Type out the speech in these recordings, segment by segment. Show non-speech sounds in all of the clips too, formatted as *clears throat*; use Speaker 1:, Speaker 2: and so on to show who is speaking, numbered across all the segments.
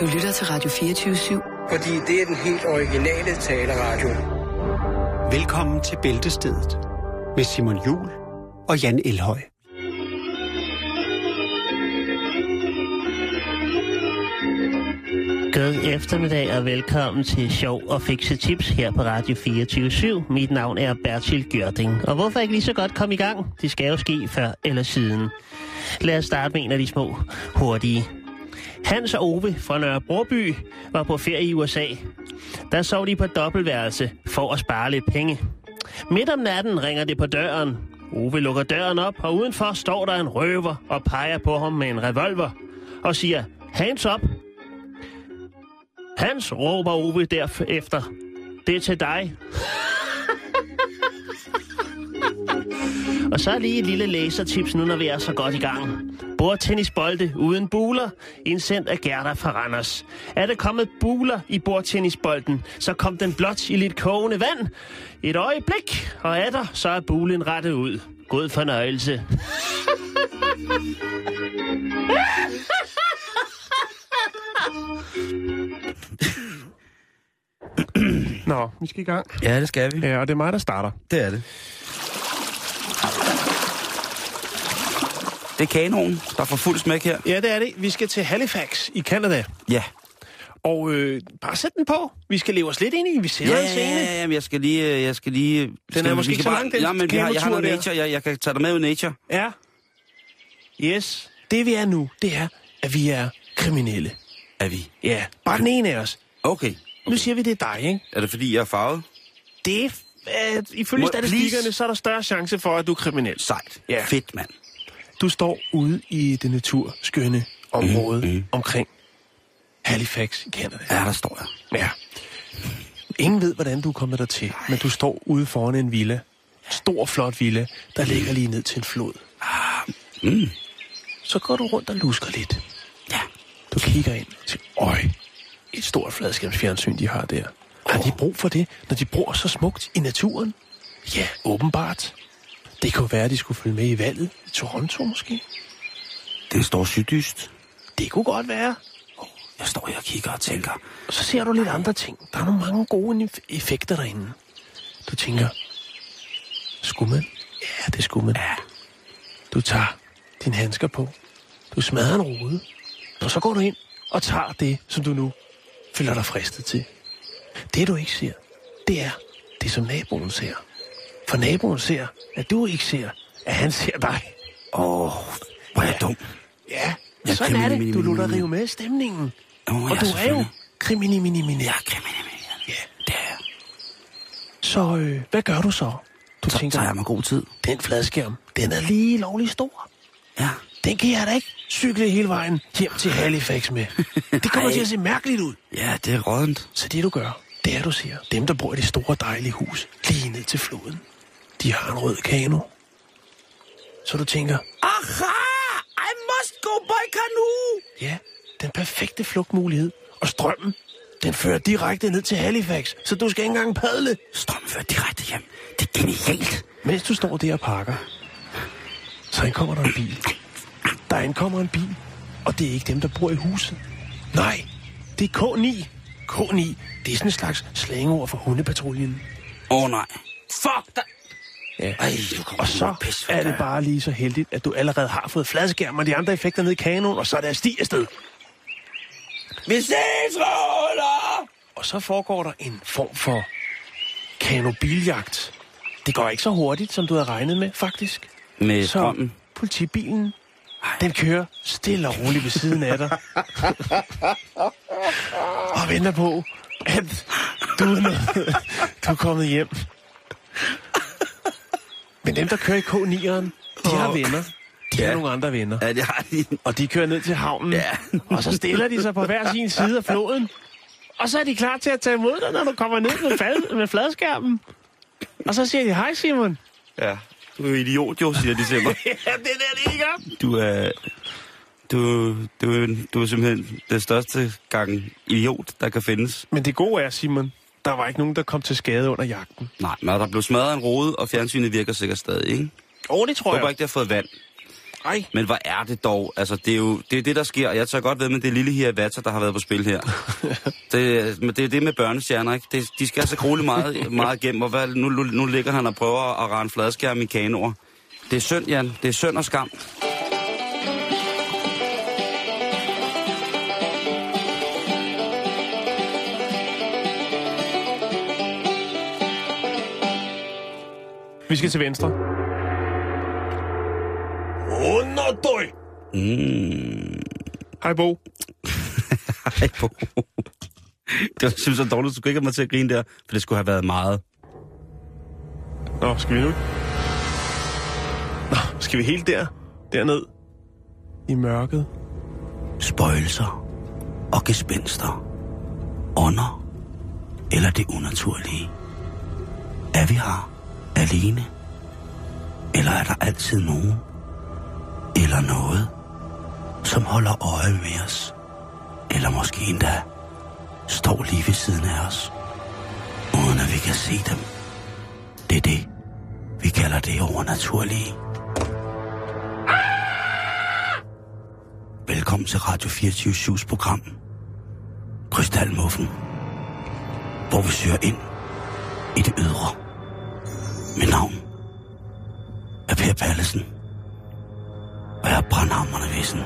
Speaker 1: Du lytter til Radio 24-7.
Speaker 2: Fordi det er den helt originale taleradio.
Speaker 3: Velkommen til Bæltestedet med Simon Jul og Jan Elhøj.
Speaker 4: God eftermiddag og velkommen til Sjov og Fikse Tips her på Radio 24 Mit navn er Bertil Gjørding. Og hvorfor ikke lige så godt komme i gang? Det skal jo ske før eller siden. Lad os starte med en af de små hurtige. Hans og Ove fra Nørre Broby var på ferie i USA. Der sov de på et dobbeltværelse for at spare lidt penge. Midt om natten ringer det på døren. Ove lukker døren op, og udenfor står der en røver og peger på ham med en revolver og siger, hands up, Hans råber Ove derefter. Det er til dig. Og så lige et lille læsertips nu, når vi er så godt i gang. Bordtennisbolde uden buler, indsendt af Gerda fra Randers. Er der kommet buler i bordtennisbolden, så kom den blot i lidt kogende vand. Et øjeblik, og er der, så er bulen rettet ud. God fornøjelse.
Speaker 5: Nå, vi skal i gang.
Speaker 6: Ja, det skal vi.
Speaker 5: Ja, og det er mig, der starter.
Speaker 6: Det er det. Det er kanonen, der får fuld smæk her.
Speaker 5: Ja, det er det. Vi skal til Halifax i Canada.
Speaker 6: Ja.
Speaker 5: Og øh, bare sæt den på. Vi skal leve os lidt ind i, vi ser
Speaker 6: Ja,
Speaker 5: en
Speaker 6: ja,
Speaker 5: scene.
Speaker 6: ja, ja, men jeg skal lige... øh, Jeg skal lige den skal,
Speaker 5: måske
Speaker 6: vi
Speaker 5: ikke
Speaker 6: skal
Speaker 5: så lang, den
Speaker 6: ja, men vi har, jeg har noget
Speaker 5: kanotur der.
Speaker 6: nature. Jeg, jeg kan tage dig med ud i nature.
Speaker 5: Ja. Yes. Det vi er nu, det er, at vi er kriminelle.
Speaker 6: Er vi?
Speaker 5: Ja, bare den ene af os.
Speaker 6: Okay.
Speaker 5: Nu siger vi, det er dig, ikke?
Speaker 6: Er det fordi, jeg er farvet?
Speaker 5: Det er, uh, ifølge
Speaker 6: Må-
Speaker 5: statistikkerne,
Speaker 6: please?
Speaker 5: så er der større chance for, at du er kriminel.
Speaker 6: Sejt.
Speaker 5: Ja.
Speaker 6: Fedt, mand.
Speaker 5: Du står ude i det naturskønne område mm, mm. omkring Halifax i Canada.
Speaker 6: Ja, der står jeg.
Speaker 5: Ja. Ingen ved, hvordan du er kommet dertil, men du står ude foran en villa. Stor, flot villa, der ligger lige ned til en flod. Mm. Så går du rundt og lusker lidt.
Speaker 6: Ja.
Speaker 5: Du kigger ind til, øj, et stort fladskærmsfjernsyn, de har der. Har de brug for det, når de bor så smukt i naturen? Ja, åbenbart. Det kunne være, at de skulle følge med i valget i Toronto måske.
Speaker 6: Det står sygdyst.
Speaker 5: Det kunne godt være.
Speaker 6: Jeg står her og kigger og tænker.
Speaker 5: Og så ser du lidt andre ting. Der er nogle mange gode eff- effekter derinde. Du tænker, skulle man? Ja, det skulle man. Ja. Du tager dine handsker på. Du smadrer en rode. Og så går du ind og tager det, som du nu føler dig fristet til. Det, du ikke ser, det er det, som naboen ser. For naboen ser, at du ikke ser, at han ser dig.
Speaker 6: Åh, hvor er jeg dum.
Speaker 5: Ja,
Speaker 6: Ja,
Speaker 5: sådan er det.
Speaker 6: kriminel-
Speaker 5: Du lutter rive med i stemningen.
Speaker 6: Åh,
Speaker 5: Og
Speaker 6: ja,
Speaker 5: du er jo
Speaker 6: selvfølgelig.
Speaker 5: kriminiminiminær.
Speaker 6: Jeg er kriminel. Ja, det er jeg.
Speaker 5: Så øh, hvad gør du så? Du
Speaker 6: Så tager jeg mig god tid.
Speaker 5: den fladskærm, den er lige lovlig stor.
Speaker 6: Ja.
Speaker 5: Den kan jeg da ikke cykle hele vejen hjem til Halifax *laughs* med. Det kommer
Speaker 6: Ej.
Speaker 5: til at se mærkeligt ud.
Speaker 6: Ja, det er rådent.
Speaker 5: Så det du gør, det er du siger. Dem, der bor i det store dejlige hus, lige ned til floden, de har en rød kano. Så du tænker,
Speaker 6: Aha! I must go by canoe!
Speaker 5: ja, den perfekte flugtmulighed. Og strømmen, den fører direkte ned til Halifax, så du skal ikke engang padle.
Speaker 6: Strømmen fører direkte hjem. Det er genialt.
Speaker 5: Mens du står der og pakker, så indkommer der en bil. Der indkommer en bil, og det er ikke dem, der bor i huset. Nej, det er K9. K9, det er sådan en slags slangord for hundepatruljen.
Speaker 6: Åh oh, nej. Fuck dig!
Speaker 5: Ja.
Speaker 6: Ej, du kommer
Speaker 5: Og så er det bare lige så heldigt, at du allerede har fået fladskærm og de andre effekter ned i kanonen, og så er der sti afsted.
Speaker 6: Vi ses, Roller!
Speaker 5: Og så foregår der en form for kanobiljagt. Det går ikke så hurtigt, som du havde regnet med, faktisk.
Speaker 6: Med
Speaker 5: Så
Speaker 6: strømmen.
Speaker 5: politibilen, den kører stille og roligt ved siden af dig. og venter på, at du er, nået, du er kommet hjem. Men dem, der kører i K9'eren, de har
Speaker 6: Åh.
Speaker 5: venner. De har
Speaker 6: Ja.
Speaker 5: nogle andre venner.
Speaker 6: Ja, det har de.
Speaker 5: Og de kører ned til havnen.
Speaker 6: Ja.
Speaker 5: Og så stiller de sig på hver sin side af floden. Og så er de klar til at tage imod dig, når du kommer ned med, fad, med fladskærmen. Og så siger de, hej Simon.
Speaker 6: Ja. Du er idiot, jo, siger de til mig.
Speaker 5: *laughs* Ja, det er det, de gør.
Speaker 6: Du er... Du, du, er- du er simpelthen den største gang idiot, der kan findes.
Speaker 5: Men det gode er, Simon, der var ikke nogen, der kom til skade under jagten.
Speaker 6: Nej, men der blev smadret en rode, og fjernsynet virker sikkert stadig, ikke?
Speaker 5: Åh, oh, det tror
Speaker 6: Jeg håber ikke, det har fået vand.
Speaker 5: Ej.
Speaker 7: Men hvor er det dog? Altså, det er jo det, er det der sker. Jeg tager godt ved med det lille her vatter, der har været på spil *laughs* her. det, men det er det med børnestjerner, ikke? Det, de skal altså grule meget, meget igennem. Og hvad, nu, nu, nu ligger han og prøver at rende fladskærm i kanoer. Det er synd, Jan. Det er synd og skam.
Speaker 5: Vi skal til venstre. Underdøj!
Speaker 7: Mm.
Speaker 5: Hej, Bo.
Speaker 7: Ej, Bo. det var simpelthen så dårligt, du kunne ikke have mig til at grine der, for det skulle have været meget.
Speaker 5: Nå, skal vi nu? Nå, skal vi helt der? Derned? I mørket?
Speaker 7: spøjelser og gespenster, ånder eller det unaturlige? Er vi her alene? Eller er der altid nogen eller noget, som holder øje med os? Eller måske endda står lige ved siden af os, uden at vi kan se dem. Det er det, vi kalder det overnaturlige. Velkommen til Radio 24-7's program. Krystalmuffen. Hvor vi søger ind i det ydre. Mit navn er Per Pallesen. Og jeg er brandhammerne vissen.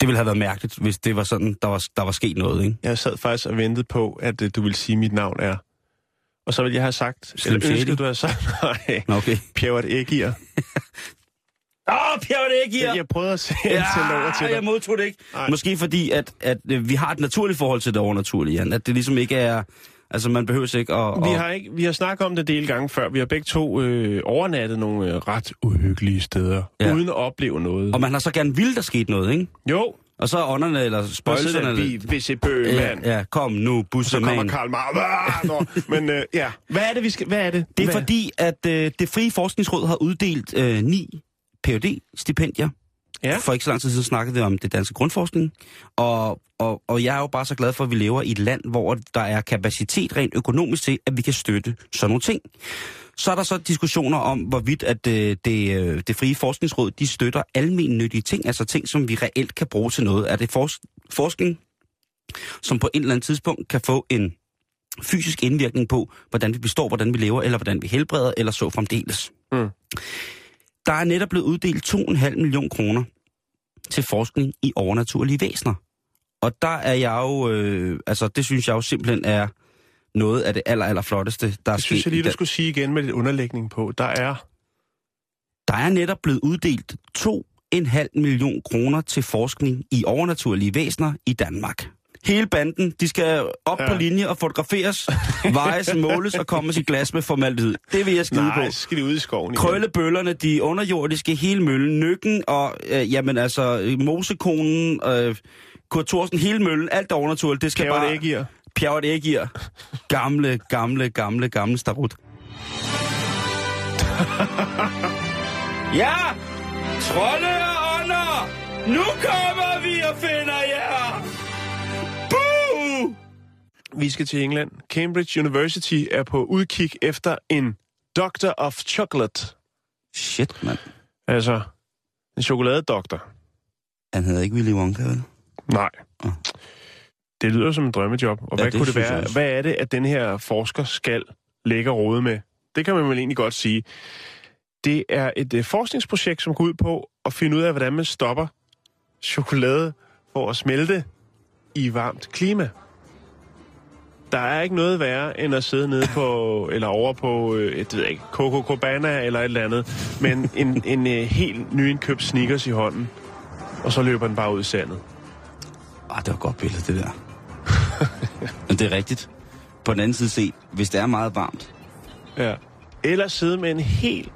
Speaker 7: Det ville have været mærkeligt, hvis det var sådan, der var, der var sket noget, ikke?
Speaker 5: Jeg sad faktisk og ventede på, at øh, du ville sige, at mit navn er. Og så ville jeg have sagt,
Speaker 7: Slim
Speaker 5: eller ønsket,
Speaker 7: Shady?
Speaker 5: du havde sagt, *laughs* nej,
Speaker 7: Nå, okay.
Speaker 5: Pjævert Ægir.
Speaker 7: Åh, oh, Pjerne, det ikke,
Speaker 5: Jeg prøvede at sende ja, til over til
Speaker 7: jeg
Speaker 5: dig.
Speaker 7: modtog det ikke.
Speaker 5: Nej.
Speaker 7: Ej. Måske fordi, at, at øh, vi har et naturligt forhold til det overnaturlige, Jan. At det ligesom ikke er... Altså, man behøver ikke at...
Speaker 5: Vi
Speaker 7: at-
Speaker 5: har, ikke, vi har snakket om det en del gange før. Vi har begge to øh, overnattet nogle øh, ret uhyggelige steder, ja.
Speaker 7: Ja.
Speaker 5: uden at opleve noget.
Speaker 7: Og man har så gerne ville, der skete noget, ikke?
Speaker 5: Jo,
Speaker 7: Og så er ånderne eller
Speaker 5: og så
Speaker 7: spøjelserne...
Speaker 5: der bil, hvis et bøg, mand.
Speaker 7: ja, ja, kom nu,
Speaker 5: Så kommer
Speaker 7: bussermand.
Speaker 5: Karl Marx. Ah, nå. Men øh, ja, hvad er det, vi skal... Hvad er det?
Speaker 7: Det er
Speaker 5: hvad?
Speaker 7: fordi, at øh, det frie forskningsråd har uddelt øh, ni phd stipendier
Speaker 5: Ja.
Speaker 7: For ikke så lang tid siden snakkede vi om det danske grundforskning. Og, og, og jeg er jo bare så glad for, at vi lever i et land, hvor der er kapacitet rent økonomisk til, at vi kan støtte sådan nogle ting. Så er der så diskussioner om, hvorvidt at øh, det, øh, det frie forskningsråd, de støtter almennyttige ting, altså ting, som vi reelt kan bruge til noget. Er det fors- forskning, som på et eller andet tidspunkt kan få en fysisk indvirkning på, hvordan vi består, hvordan vi lever, eller hvordan vi helbreder, eller så fremdeles.
Speaker 5: Mm.
Speaker 7: Der er netop blevet uddelt 2,5 million kroner til forskning i overnaturlige væsener. Og der er jeg jo, øh, altså det synes jeg jo simpelthen er noget af det aller, aller flotteste, der er
Speaker 5: Det synes
Speaker 7: sket.
Speaker 5: jeg lige,
Speaker 7: i
Speaker 5: du
Speaker 7: Dan-
Speaker 5: skulle sige igen med lidt underlægning på. Der er...
Speaker 7: Der er netop blevet uddelt 2,5 million kroner til forskning i overnaturlige væsener i Danmark. Hele banden, de skal op
Speaker 5: Ja.
Speaker 7: ja. på linje og fotograferes, vejes, måles og kommes i glas med formaldehyd. Det vil jeg skide
Speaker 5: Nej,
Speaker 7: på.
Speaker 5: så skal de ud i skoven igen.
Speaker 7: Krøllebøllerne, de underjordiske, hele møllen, nøkken og, øh, jamen altså, øh, mosekonen, øh, Kurt Thorsen, hele møllen, alt der er overnaturligt, det skal
Speaker 5: Pjævert
Speaker 7: bare...
Speaker 5: Ægir.
Speaker 7: Pjerret ægir. Gamle, gamle, gamle, gamle starut. ja! Trolde og ånder! Nu kommer vi og finder jer! Boo!
Speaker 5: Vi skal til England. Cambridge University er på udkig efter en Doctor of Chocolate.
Speaker 7: Shit, mand.
Speaker 5: Altså, en chokoladedoktor.
Speaker 7: Han hedder ikke Willy Wonka, vel?
Speaker 5: Nej.
Speaker 7: Ah.
Speaker 5: Det lyder som en drømmejob. Og ja, hvad
Speaker 7: Ja, det
Speaker 5: det kunne det
Speaker 7: synes jeg
Speaker 5: være?
Speaker 7: også.
Speaker 5: Hvad er det, at den her forsker skal lægge og rode med? Det kan man vel egentlig godt sige. Det er et øh, forskningsprojekt, som går ud på at finde ud af, hvordan man stopper chokolade for at smelte i varmt klima. Der er ikke noget værre, end at sidde nede på, eller over på, øh, jeg ved jeg ikke, Coco Cabana eller et eller andet, men en, en øh, helt nyindkøbt sneakers i hånden, og så løber den bare ud i sandet.
Speaker 7: Ah, det var et godt billede, det der. Men det er rigtigt. På den anden side set, hvis det er meget varmt,
Speaker 5: Ja. Eller sidde med en helt,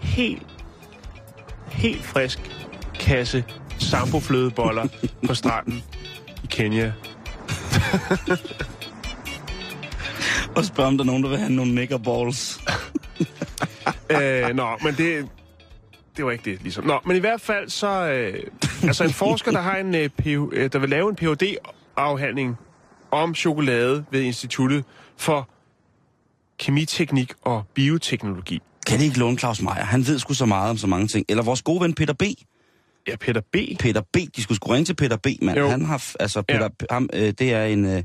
Speaker 5: helt, helt frisk kasse samboflødeboller på stranden i Kenya.
Speaker 7: og spørg om der er nogen, der vil have nogle nigger balls.
Speaker 5: Øh, nå, men det, det var ikke det, ligesom. Nå, men i hvert fald så... Øh, altså en forsker, der, har en, øh, PH, øh, der vil lave en phd afhandling om chokolade ved Instituttet for Kemiteknik og Bioteknologi.
Speaker 7: Kan I ikke låne Claus Meier? Han ved sgu så meget om så mange ting. Eller vores gode ven Peter B.
Speaker 5: Ja, Peter B.
Speaker 7: Peter B. De skulle sgu ringe til Peter B, mand.
Speaker 5: Jo.
Speaker 7: Han har, f- altså, Peter, ja. ham, øh, det er en, øh,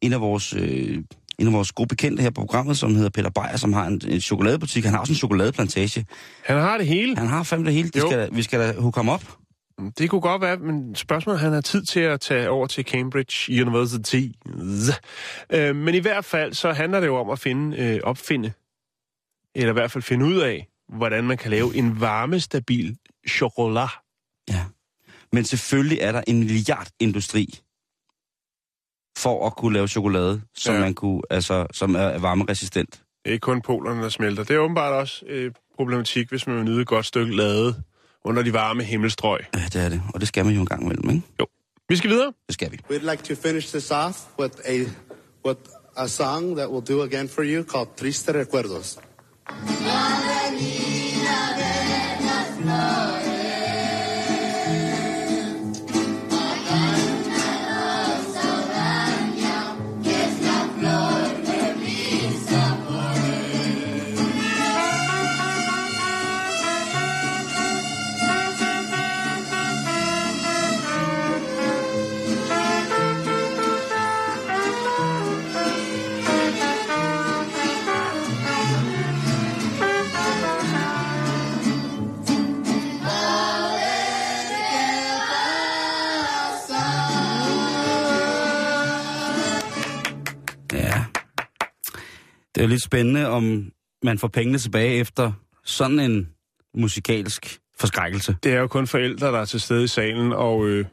Speaker 7: en af vores... Øh, en af vores gode bekendte her på programmet, som hedder Peter Beyer, som har en, en chokoladebutik. Han har også en chokoladeplantage.
Speaker 5: Han har det hele.
Speaker 7: Han har fandme det hele. Det
Speaker 5: Jo.
Speaker 7: skal, da- vi skal da hukke ham op.
Speaker 5: Det kunne godt være, men spørgsmålet er, han har tid til at tage over til Cambridge University. Z. Øh, men i hvert fald, så handler det jo om at finde, øh, opfinde, eller i hvert fald finde ud af, hvordan man kan lave en varmestabil chokolade.
Speaker 7: Ja. Men selvfølgelig er der en milliardindustri for at kunne lave chokolade, som
Speaker 5: Ja.
Speaker 7: ja. man kunne, altså, som er varmeresistent.
Speaker 5: Det er ikke kun polerne, der smelter. Det er åbenbart også øh, problematik, hvis man vil nyde et godt stykke lade under de varme himmelstrøg.
Speaker 7: Ja, det er det. Og det skal man jo en gang imellem, ikke?
Speaker 5: Vi skal videre.
Speaker 7: Det skal vi.
Speaker 8: We'd like to finish this off with a with a song that we'll do again for you called Triste Recuerdos.
Speaker 7: Ja. Det er jo lidt spændende, om man får pengene tilbage efter sådan en musikalsk forskrækkelse.
Speaker 5: Det er jo kun forældre, der er til stede i salen, og øh,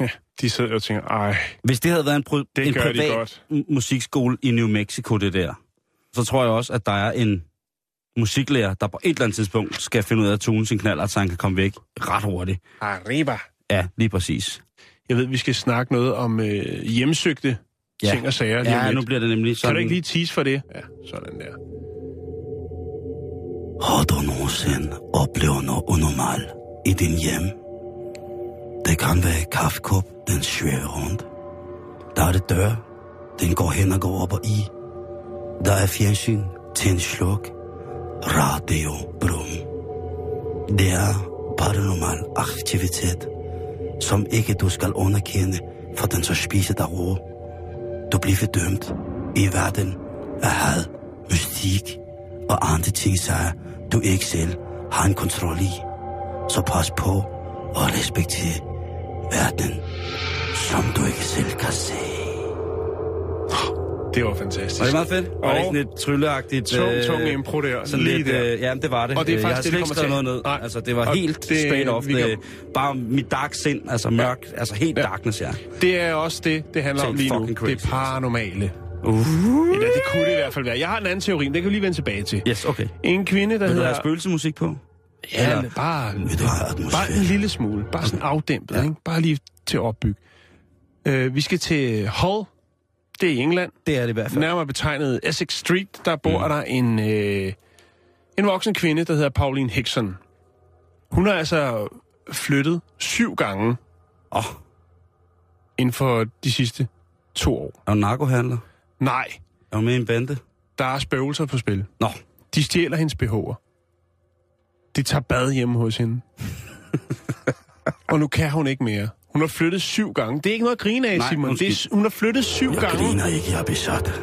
Speaker 5: ja, de sidder og tænker, ej,
Speaker 7: Hvis det havde været en, pro-
Speaker 5: Det
Speaker 7: en
Speaker 5: gør de
Speaker 7: privat
Speaker 5: godt.
Speaker 7: m- musikskole i New Mexico, det der, så tror jeg også, at der er en musiklærer, der på et eller andet tidspunkt skal finde ud af at tune sin knaller, så han kan komme væk ret hurtigt.
Speaker 5: arriba.
Speaker 7: Ja, lige præcis.
Speaker 5: Jeg ved, vi skal snakke noget om øh, hjemsøgte ja.
Speaker 7: Ja.
Speaker 5: ting og sager. lige om
Speaker 7: Ja,
Speaker 5: lidt.
Speaker 7: nu bliver det nemlig sådan...
Speaker 5: Kan du ikke lige tease for det? Ja, sådan der.
Speaker 7: Har du nogensinde oplevet noget unormal i din hjem? Det kan være et kaffekop, den svæver rundt. Der er det dør, den går hen og går op og i. Der er fjernsyn til en sluk. Radio brum. Det er paranormal aktivitet, som ikke du skal underkende, for den så spiser dig ro. Du bliver dømt i verden af had, mystik og andre ting, så du ikke selv har en kontrol i. Så pas på og respekter verden, som du ikke selv kan se.
Speaker 5: Det var fantastisk.
Speaker 7: Var det meget fedt? Og, var det ikke
Speaker 5: Og
Speaker 7: sådan lidt trylleagtigt?
Speaker 5: tung,
Speaker 7: øh,
Speaker 5: tung impro der.
Speaker 7: Sådan
Speaker 5: lige
Speaker 7: lidt,
Speaker 5: der.
Speaker 7: øh, ja, det var det.
Speaker 5: Og det er
Speaker 7: Øh, jeg har
Speaker 5: faktisk det,
Speaker 7: slet
Speaker 5: det
Speaker 7: ikke
Speaker 5: kommer
Speaker 7: skrevet
Speaker 5: til.
Speaker 7: noget ned.
Speaker 5: Nej.
Speaker 7: Altså, det var
Speaker 5: Og
Speaker 7: helt
Speaker 5: det-
Speaker 7: straight off.
Speaker 5: vi kan-
Speaker 7: Det, bare mit dark sind, altså mørk, altså helt
Speaker 5: Ja.
Speaker 7: darkness, ja.
Speaker 5: Det er også det, det handler om
Speaker 7: Tænk
Speaker 5: lige nu.
Speaker 7: fucking crazy. altså.
Speaker 5: Det paranormale.
Speaker 7: Uh.
Speaker 5: Eller det kunne det i hvert fald være. Jeg har en anden teori, men det kan vi lige vende tilbage til.
Speaker 7: Yes, okay.
Speaker 5: En kvinde, der
Speaker 7: Vil du
Speaker 5: hedder...
Speaker 7: have spøgelsemusik på?
Speaker 5: ja, eller... bare,
Speaker 7: Vil du have atmosfære?
Speaker 5: bare en lille smule. Bare sådan afdæmpet, ja. ikke? Bare lige til at opbygge. Øh, vi skal til Hull. Det er i England.
Speaker 7: Det er det i hvert fald.
Speaker 5: Nærmere betegnet Essex Street. Der bor mm. der en, øh, en voksen kvinde, der hedder Pauline Hickson. Hun har altså flyttet syv gange
Speaker 7: Åh,
Speaker 5: inden for de sidste to år.
Speaker 7: er hun narkohandler?
Speaker 5: Nej,
Speaker 7: Er hun med i en bande?
Speaker 5: der er spøgelser på spil.
Speaker 7: Nå,
Speaker 5: De stjæler hendes BH'er. De tager bad hjemme hos
Speaker 7: *laughs*
Speaker 5: hende. og nu kan hun ikke mere. Hun har flyttet syv gange. Det er ikke noget at grine af,
Speaker 7: Nej,
Speaker 5: Simon. Det er,
Speaker 7: undskyld.
Speaker 5: hun har flyttet syv
Speaker 7: jeg
Speaker 5: gange.
Speaker 7: griner ikke, jeg er besat.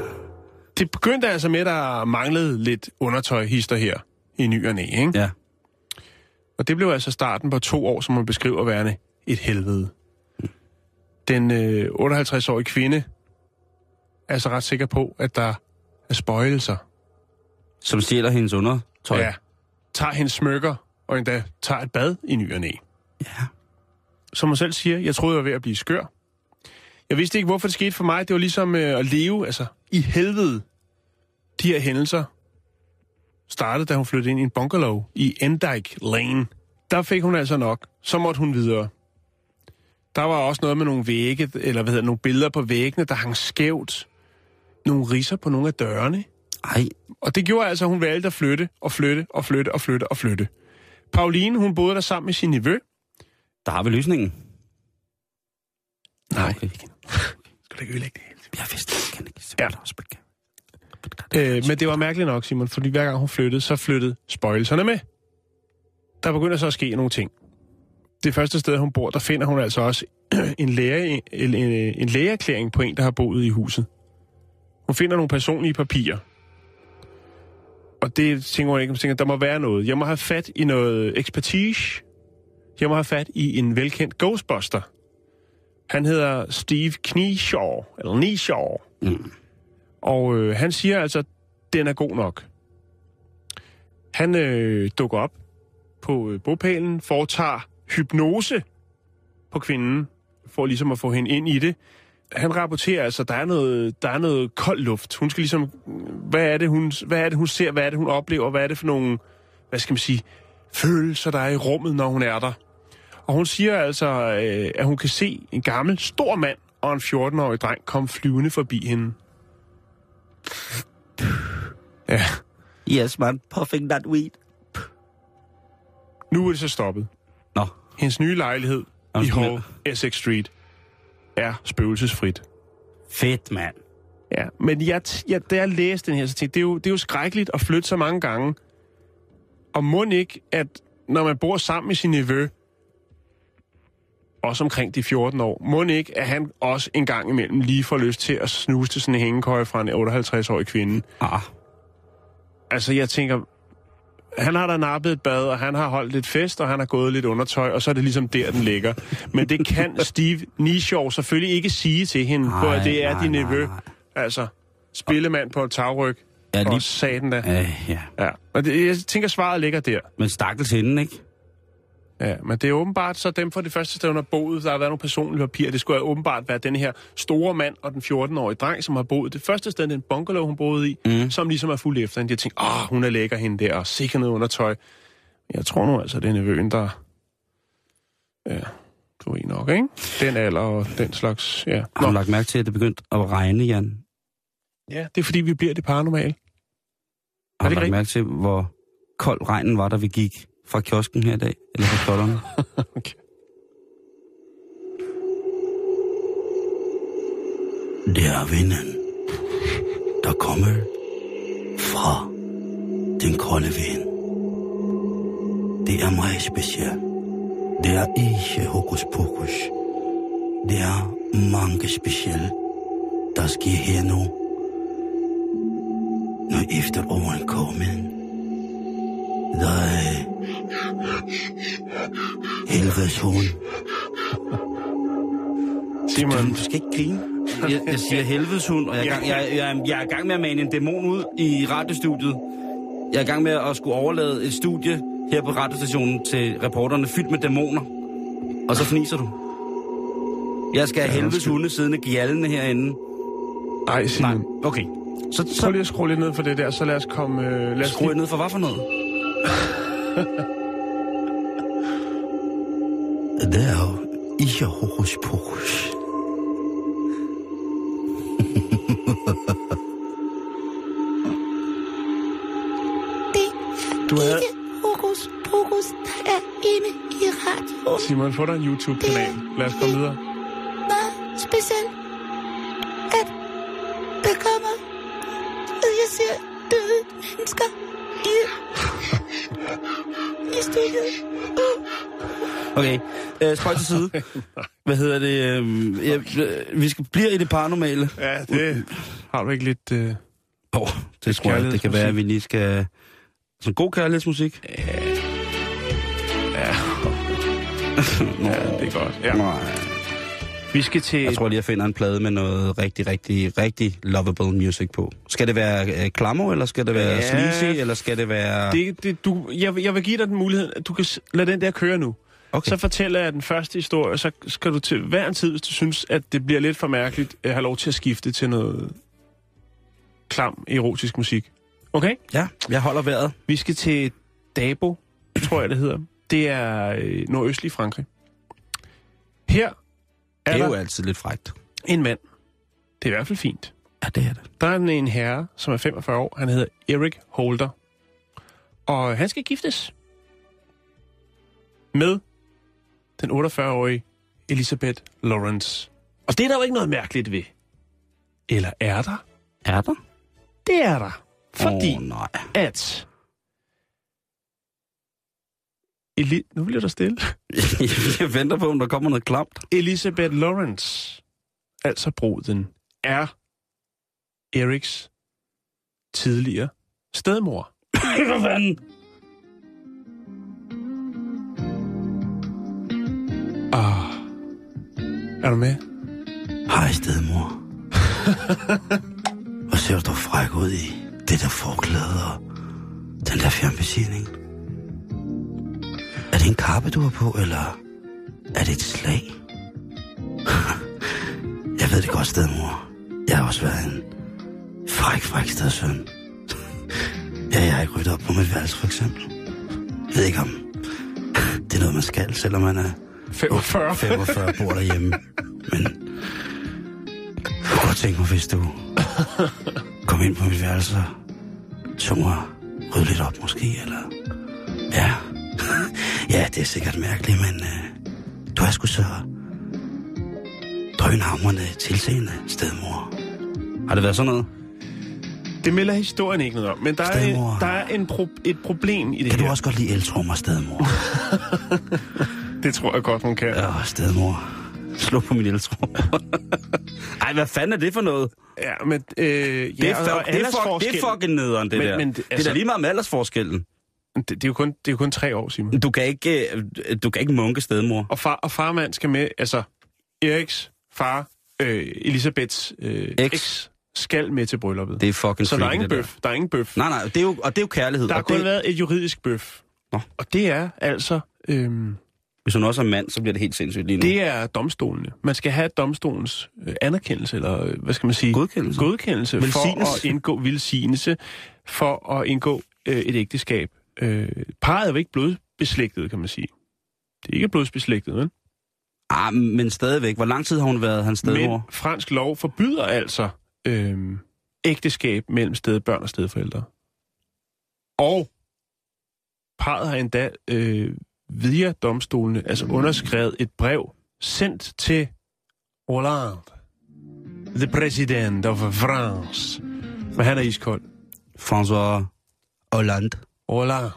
Speaker 5: Det begyndte altså med, at der manglede lidt undertøjhister her i ny og næ, ikke?
Speaker 7: Ja.
Speaker 5: Og det blev altså starten på to år, som man beskriver værende et helvede. Den øh, 58-årige kvinde er altså ret sikker på, at der er spøjelser.
Speaker 7: Som stjæler hendes undertøj.
Speaker 5: Ja. Tager hendes smykker, og endda tager et bad i ny og næ.
Speaker 7: ja.
Speaker 5: Som hun selv siger, jeg troede, jeg var ved at blive skør. Jeg vidste ikke, hvorfor det skete for mig. Det var ligesom øh, at leve altså, i helvede. De her hændelser startede, da hun flyttede ind i en bungalow i Endike Lane. Der fik hun altså nok. Så måtte hun videre. Der var også noget med nogle vægge, eller hvad hedder, det, nogle billeder på væggene, der hang skævt. Nogle riser på nogle af dørene.
Speaker 7: Ej,
Speaker 5: Og det gjorde altså, at hun valgte at flytte og flytte og flytte og flytte og flytte. Pauline, hun boede der sammen med sin nevø.
Speaker 7: der har vi løsningen.
Speaker 5: Nej.
Speaker 7: Okay.
Speaker 5: Skal du ikke ødelægge det hele?
Speaker 7: Jeg vidste det. Kan ikke.
Speaker 5: Ja.
Speaker 7: Ja.
Speaker 5: Øh, men det var mærkeligt nok, Simon, fordi hver gang hun flyttede, så flyttede spøjelserne med. Der begynder så at ske nogle ting. Det første sted, hun bor, der finder hun altså også *clears throat* en, læge, en, en, en lægeerklæring på en, der har boet i huset. Hun finder nogle personlige papirer. Og det tænker hun ikke. Hun tænker, der må være noget. Jeg må have fat i noget ekspertise. Jeg må have fat i en velkendt ghostbuster. Han hedder Steve Knishaw, eller Nishaw. Og øh, han siger altså, den er god nok. Han øh, dukker op på øh, bopælen, foretager hypnose på kvinden, for ligesom at få hende ind i det. Han rapporterer altså, der er noget, der er noget kold luft. Hun skal ligesom, hvad er, det, hun, hvad er det, hun ser, hvad er det, hun oplever, hvad er det for nogle, hvad skal man sige, følelser, der er i rummet, når hun er der. Og hun siger altså, øh, at hun kan se en gammel, stor mand og en 14-årig dreng komme flyvende forbi hende. Ja,
Speaker 7: Yes, man. Puffing that weed.
Speaker 5: nu er det så stoppet.
Speaker 7: Nå,
Speaker 5: Hendes nye lejlighed
Speaker 7: Nå,
Speaker 5: i
Speaker 7: skal
Speaker 5: Hove, Essex Street, er spøgelsesfrit.
Speaker 7: fedt, mand.
Speaker 5: Ja, men jeg, t- jeg, da jeg læste den her, så tænkte jeg, det er jo, det er jo skrækkeligt at flytte så mange gange. Og må ikke, at når man bor sammen med sin nevø, også omkring de 14 år, må ikke, at han også en gang imellem lige får lyst til at snuse til sådan en hængekøje fra en 58-årig kvinde.
Speaker 7: Ah,
Speaker 5: Altså, jeg tænker, han har da nappet et bad, og han har holdt lidt fest, og han har gået lidt undertøj, og så er det ligesom der, den ligger. Men det kan Steve Nishaw selvfølgelig ikke sige til hende,
Speaker 7: Nej,
Speaker 5: for det er
Speaker 7: nej,
Speaker 5: din
Speaker 7: nej,
Speaker 5: nevø.
Speaker 7: nej.
Speaker 5: Altså, spillemand på et tagryg.
Speaker 7: Ja,
Speaker 5: Ja,
Speaker 7: lige-
Speaker 5: lige... Og satan da. Ja.
Speaker 7: øh, ja.
Speaker 5: ja. Men det, jeg tænker, svaret ligger der.
Speaker 7: Men stakkels hende, ikke?
Speaker 5: Ja, men det er åbenbart så dem fra det første sted, hun har boet. Der har været nogle personlige papirer. Det skulle åbenbart være den her store mand og den 14-årige dreng, som har boet det første sted, den bungalow, hun boede i, mm. som ligesom er fuld efter hende. Jeg tænkte, ah, hun er lækker hende der, og sikkert noget undertøj. Jeg tror nu altså, det er nevøen, der... Ja, du er nok, ikke? Den alder og den slags, ja.
Speaker 7: Har du
Speaker 5: Nå.
Speaker 7: lagt mærke til, at det begyndte at regne, Jan?
Speaker 5: Ja, det er fordi, vi bliver det paranormale.
Speaker 7: Har
Speaker 5: Er
Speaker 7: du
Speaker 5: det
Speaker 7: lagt
Speaker 5: rigtigt?
Speaker 7: mærke til, hvor kold regnen var, da vi gik fra kiosken her i dag? Eller fra *laughs* skolderne?
Speaker 5: Okay.
Speaker 7: Det er vinden, der kommer fra den kolde vind. Det er meget specielt. Det er ikke hokus pokus. Det er mange specielle, der sker her nu. Når efteråren kommer, der er helvedes hund.
Speaker 5: Simon,
Speaker 7: Du skal ikke grine. Jeg, jeg siger helvedes hund, og jeg er, i gang, jeg, jeg, er- jeg er i gang med at mane en dæmon ud i radiostudiet. Jeg er i gang med at skulle overlade et studie her på radiostationen til reporterne fyldt med dæmoner. Og så fniser du. Jeg skal have helvedes hunde siddende gjallende herinde.
Speaker 5: nej, Simon.
Speaker 7: Nej,
Speaker 5: Nej.
Speaker 7: okay. Så,
Speaker 5: Prøv
Speaker 7: så
Speaker 5: lige at skrue lidt ned for det der, så lad os komme... Øh, lad os
Speaker 7: skruer jeg ned for hvad for noget? Det er jo ikke hokus pokus.
Speaker 5: Du havde...
Speaker 9: Hokus pokus, der er inde i radioen.
Speaker 5: Simon, få dig en YouTube-kanal. Lad os komme videre.
Speaker 9: Meget specielt, at der kommer, at jeg ser døde mennesker i, i studiet.
Speaker 7: Okay, øh, spøj til *laughs* side. Hvad hedder det? Øh, jeg, øh, vi skal blive i det paranormale.
Speaker 5: Ja, det har du ikke lidt... Øh...
Speaker 7: Oh, det tror jeg, det kan være, at vi lige skal... Så god kærlighedsmusik.
Speaker 5: Ja, det er godt. Ja. Altså-
Speaker 7: Nej.
Speaker 5: Vi skal til...
Speaker 7: Jeg tror lige, jeg finder en plade med noget rigtig, rigtig, rigtig lovable music på. Skal det være øh, klammer, eller skal det være
Speaker 5: Ja.
Speaker 7: sleazy, eller skal det være...
Speaker 5: det, det, du, jeg, vil- jeg vil give dig den mulighed, at du kan s- lade den der køre nu.
Speaker 7: Okay.
Speaker 5: Så fortæller jeg den første historie, så skal du til hver en tid, hvis du synes, at det bliver lidt for mærkeligt, øh, have lov til at skifte til noget klam erotisk musik. Okay?
Speaker 7: Ja, jeg holder vejret.
Speaker 5: Vi skal til Dabo, tror jeg det hedder. Det er øh, nordøstlig Frankrig. Her er,
Speaker 7: Det er
Speaker 5: der
Speaker 7: jo altid lidt frægt.
Speaker 5: en mand. Det er i hvert fald fint.
Speaker 7: Ja, det er det.
Speaker 5: Der er en, en herre, som er 45 år. Han hedder Erik Holder. Og han skal giftes med den 48-årige Elisabeth Lawrence. Og det er der jo ikke noget mærkeligt ved. Eller er der?
Speaker 7: Er der?
Speaker 5: Det er der. Fordi
Speaker 7: Åh, nej. *laughs*
Speaker 5: at... Eli- nu bliver der stille.
Speaker 7: Jeg venter på, om der kommer noget klamt.
Speaker 5: Elizabeth Lawrence, altså bruden, er Eriks tidligere stedmor.
Speaker 7: Hvad fanden? Ah.
Speaker 5: Er du med?
Speaker 7: Hej, stedmor. *laughs* Hvor ser du dog fræk ud i det der forklæde og den der fjernbetjening? Er det en kappe, du har på, eller er det et slag? *laughs* jeg ved det godt, stedmor. Jeg har også været en fræk, fræk stedsøn. *laughs* ja, jeg har ikke ryddet op på mit værelse, for eksempel. Jeg ved ikke om *laughs* det er noget, man skal, selvom man er
Speaker 5: 45.
Speaker 7: 45 bor derhjemme. Men jeg kunne godt tænke mig, hvis *laughs* du kom ind på mit værelse og tog mig rydde lidt op måske, eller... Ja, *laughs* ja det er sikkert mærkeligt, men øh, du er sgu så drønhammerne tilseende stedmor. Har det været sådan noget?
Speaker 5: Det melder historien ikke noget om, men der er,
Speaker 7: Stedmor.
Speaker 5: der er en pro- et problem i det
Speaker 7: Kan du
Speaker 5: her.
Speaker 7: også godt lide eltrummer, stedmor?
Speaker 5: Det tror jeg godt, hun kan. Ja.
Speaker 7: *laughs* Ja, stedmor. Slå på min *laughs* eltrummer. Ej, hvad fanden er det for noget?
Speaker 5: ja men, øh,
Speaker 7: Det,
Speaker 5: det,
Speaker 7: ja, er, fuck, det, er fuck, det er fucking nederen, det
Speaker 5: Men-
Speaker 7: men, der.
Speaker 5: men
Speaker 7: Men,
Speaker 5: det-
Speaker 7: altså, det er
Speaker 5: altså-
Speaker 7: da lige meget med aldersforskellen.
Speaker 5: det, det, er jo kun, det er jo kun tre år, Simon.
Speaker 7: Du kan ikke, øh, du kan ikke munke stedmor.
Speaker 5: Og, far, og farmand skal med, altså Eriks far, øh, Elisabeths øh,
Speaker 7: Eks.
Speaker 5: eks, skal med til brylluppet.
Speaker 7: Det er fucking
Speaker 5: så der er
Speaker 7: freaky,
Speaker 5: ingen
Speaker 7: det
Speaker 5: bøf. Der. er ingen bøf.
Speaker 7: Der. Nej, nej, det er jo, og det er jo kærlighed.
Speaker 5: der har
Speaker 7: og
Speaker 5: kun
Speaker 7: det,
Speaker 5: været et juridisk bøf.
Speaker 7: Nå.
Speaker 5: Og det er altså... Øhm,
Speaker 7: Hvis hun også er mand, så bliver det helt sindssygt lige nu.
Speaker 5: Det er domstolene. Man skal have domstolens øh, anerkendelse, eller øh, hvad skal man sige?
Speaker 7: Godkendelse.
Speaker 5: Godkendelse for
Speaker 7: Mm-hmm. Velsignelse.
Speaker 5: at indgå vildsignelse, for at indgå øh, et ægteskab. Øh, parret er jo ikke blodbeslægtet, kan man sige. Det er ikke blodsbeslægtet, vel?
Speaker 7: Ah, men stadigvæk. Hvor lang tid har hun været hans
Speaker 5: Men
Speaker 7: stedmor?
Speaker 5: fransk lov forbyder altså øh, ægteskab mellem stedbørn og stedforældre. Og parret har endda øh, via domstolene altså underskrevet et brev sendt til Hollande, the president of France. Men han er iskold.
Speaker 7: François Hollande.
Speaker 5: Hollande.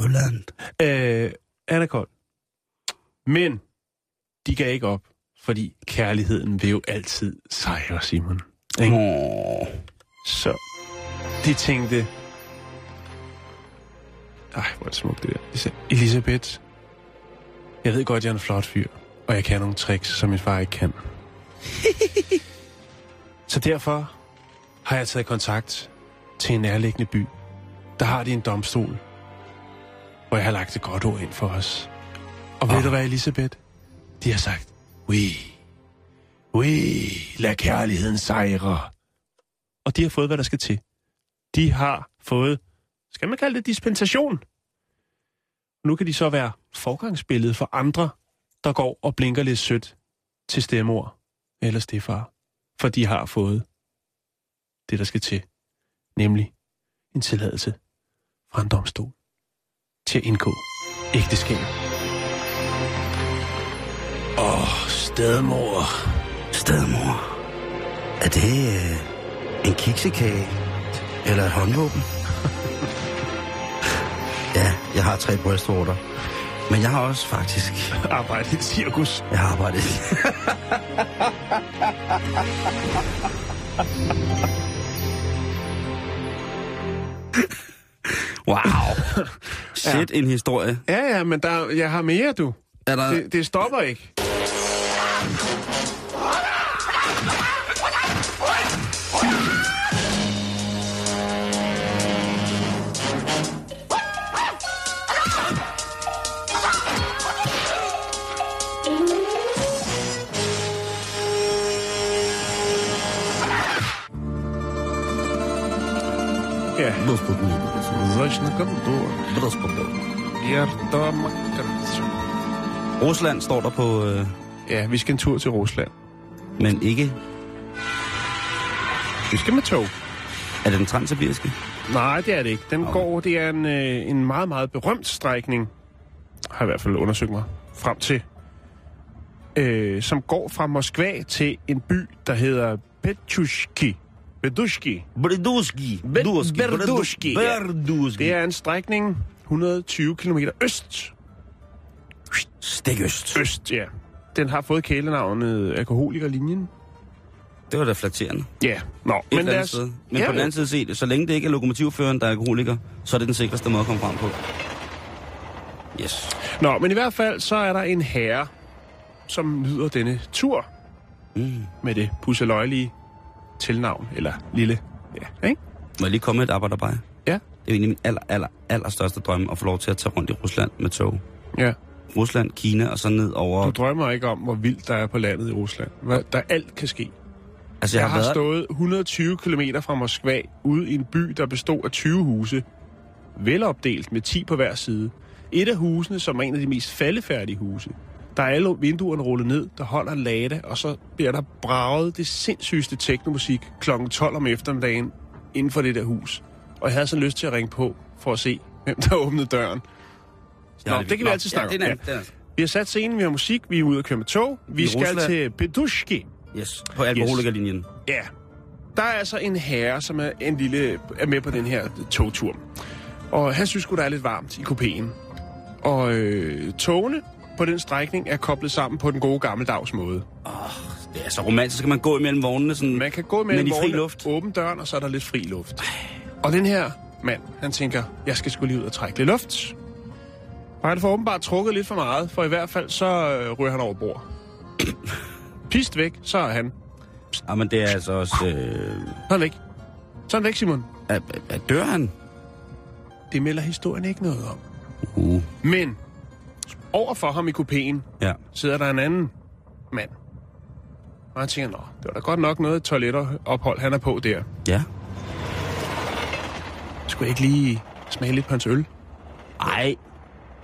Speaker 7: Hollande.
Speaker 5: Øh, han er kold. Men de gav ikke op, fordi kærligheden vil jo altid sejre, Simon. Ikke?
Speaker 7: Åh.
Speaker 5: Så de tænkte... Ej, hvor er det smukt det der. De sagde, Elisabeth, jeg ved godt, jeg er en flot fyr, og jeg kan nogle tricks, som min far ikke kan. så derfor har jeg taget kontakt til en nærliggende by. Der har de en domstol, hvor jeg har lagt et godt ord ind for os. Og ved du hvad, Elisabeth? De har sagt, oui, oui, lad kærligheden sejre og de har fået, hvad der skal til. De har fået, skal man kalde det dispensation? Nu kan de så være forgangsbillede for andre, der går og blinker lidt sødt til stemmor eller stefar, for de har fået det, der skal til, nemlig en tilladelse fra en domstol til at indgå ægteskab. Åh, stedmor.
Speaker 7: Stedmor. Er det øh, en kiksekage? Eller et
Speaker 5: *laughs*
Speaker 7: håndvåben? ja, jeg har tre brystvorter. Men jeg har også faktisk...
Speaker 5: Arbejde i et cirkus.
Speaker 7: Jeg har arbejdet... wow. Shit, en historie.
Speaker 5: Ja, ja, men der, jeg har mere, du.
Speaker 7: Er der...
Speaker 5: Det, det stopper ikke. Ja, Зочный коридор. Я дома, короче.
Speaker 7: Rusland står der på... Øh,
Speaker 5: Ja, vi skal en tur til Rusland.
Speaker 7: men ikke...
Speaker 5: Vi skal med tog.
Speaker 7: Er det den transsibiriske?
Speaker 5: Nej, det er det ikke. Den okay. går, det er en, øh, en meget, meget berømt strækning, har jeg i hvert fald undersøgt mig frem til, øh, som går fra Moskva til en by, der hedder Petjushki Beduski.
Speaker 7: Berduski.
Speaker 5: Be-
Speaker 7: Duski.
Speaker 5: Berduski, ja.
Speaker 7: Berduski.
Speaker 5: Det er en strækning 120 km øst.
Speaker 7: Stik øst.
Speaker 5: Øst, ja. Den har fået kælenavnet øh, alkoholikerlinjen.
Speaker 7: Det var da flatterende. Et
Speaker 5: Ja, nå.
Speaker 7: men eller andet sted. Men ja. på den anden side set, så længe det ikke er lokomotivføreren, der er alkoholiker, så er det den sikreste måde at komme frem på. Yes.
Speaker 5: Nå, men i hvert fald, så er der en herre, som nyder denne tur. Mm. Med det pusseløjelige tilnavn, eller lille. Ja, ikke?
Speaker 7: Må jeg lige komme med et arbejderbejde?
Speaker 5: Ja.
Speaker 7: Det er jo egentlig min aller, aller, aller største drøm at få lov til at tage rundt i Rusland med tog.
Speaker 5: ja.
Speaker 7: Rusland, Kina og så ned over...
Speaker 5: Du drømmer ikke om, hvor vildt der er på landet i Rusland. Hvad, der alt kan ske.
Speaker 7: altså,
Speaker 5: Jeg har stået 120 km fra Moskva ude i en by, der bestod af 20 huse. Velopdelt med 10 på hver side. Et af husene, som er en af de mest faldefærdige huse. Der er alle vinduerne rullet ned, der holder lade, og så bliver der braget det sindssygeste teknomusik kl. 12 om eftermiddagen inden for det der hus. Og jeg havde sådan lyst til at ringe på for at se, hvem der åbnede døren. Nå, det kan vi altid snakke
Speaker 7: ja,
Speaker 5: om.
Speaker 7: det er en
Speaker 5: Ja.
Speaker 7: anden- det
Speaker 5: Vi har sat scenen, vi har musik, vi er ude at køre med tog. Vi
Speaker 7: I
Speaker 5: skal
Speaker 7: Rusland.
Speaker 5: til Pedushki.
Speaker 7: er- Yes, på alkoholikerlinjen.
Speaker 5: Ja. Der er altså en herre, som er, en lille, er med på den her togtur. Og han synes sgu, der er lidt varmt i kupéen. Og øh, togene på den strækning er koblet sammen på den gode gammeldags måde.
Speaker 7: Det er så romantisk, skal man gå imellem vognene sådan...
Speaker 5: Man kan gå med
Speaker 7: men
Speaker 5: en
Speaker 7: i fri luft.
Speaker 5: åben døren, og så er der lidt fri luft. Og den her mand, han tænker, jeg skal skulle lige ud og trække lidt luft. Og han får åbenbart trukket lidt for meget, for i hvert fald så øh, ryger han over
Speaker 7: *coughs*
Speaker 5: bord. Pist væk, så er han.
Speaker 7: Ja, men det er altså også... Øh,
Speaker 5: Sådan væk. Sådan væk, Simon.
Speaker 7: er, er- er, dør han?
Speaker 5: Det melder historien ikke noget om.
Speaker 7: Uh,
Speaker 5: Men over for ham i kupéen
Speaker 7: ja.
Speaker 5: sidder der en anden mand. Og han tænker, nå, det var da godt nok noget toiletophold, han er på der.
Speaker 7: Ja.
Speaker 5: Skulle jeg ikke lige smage lidt på hans øl?
Speaker 7: Ej,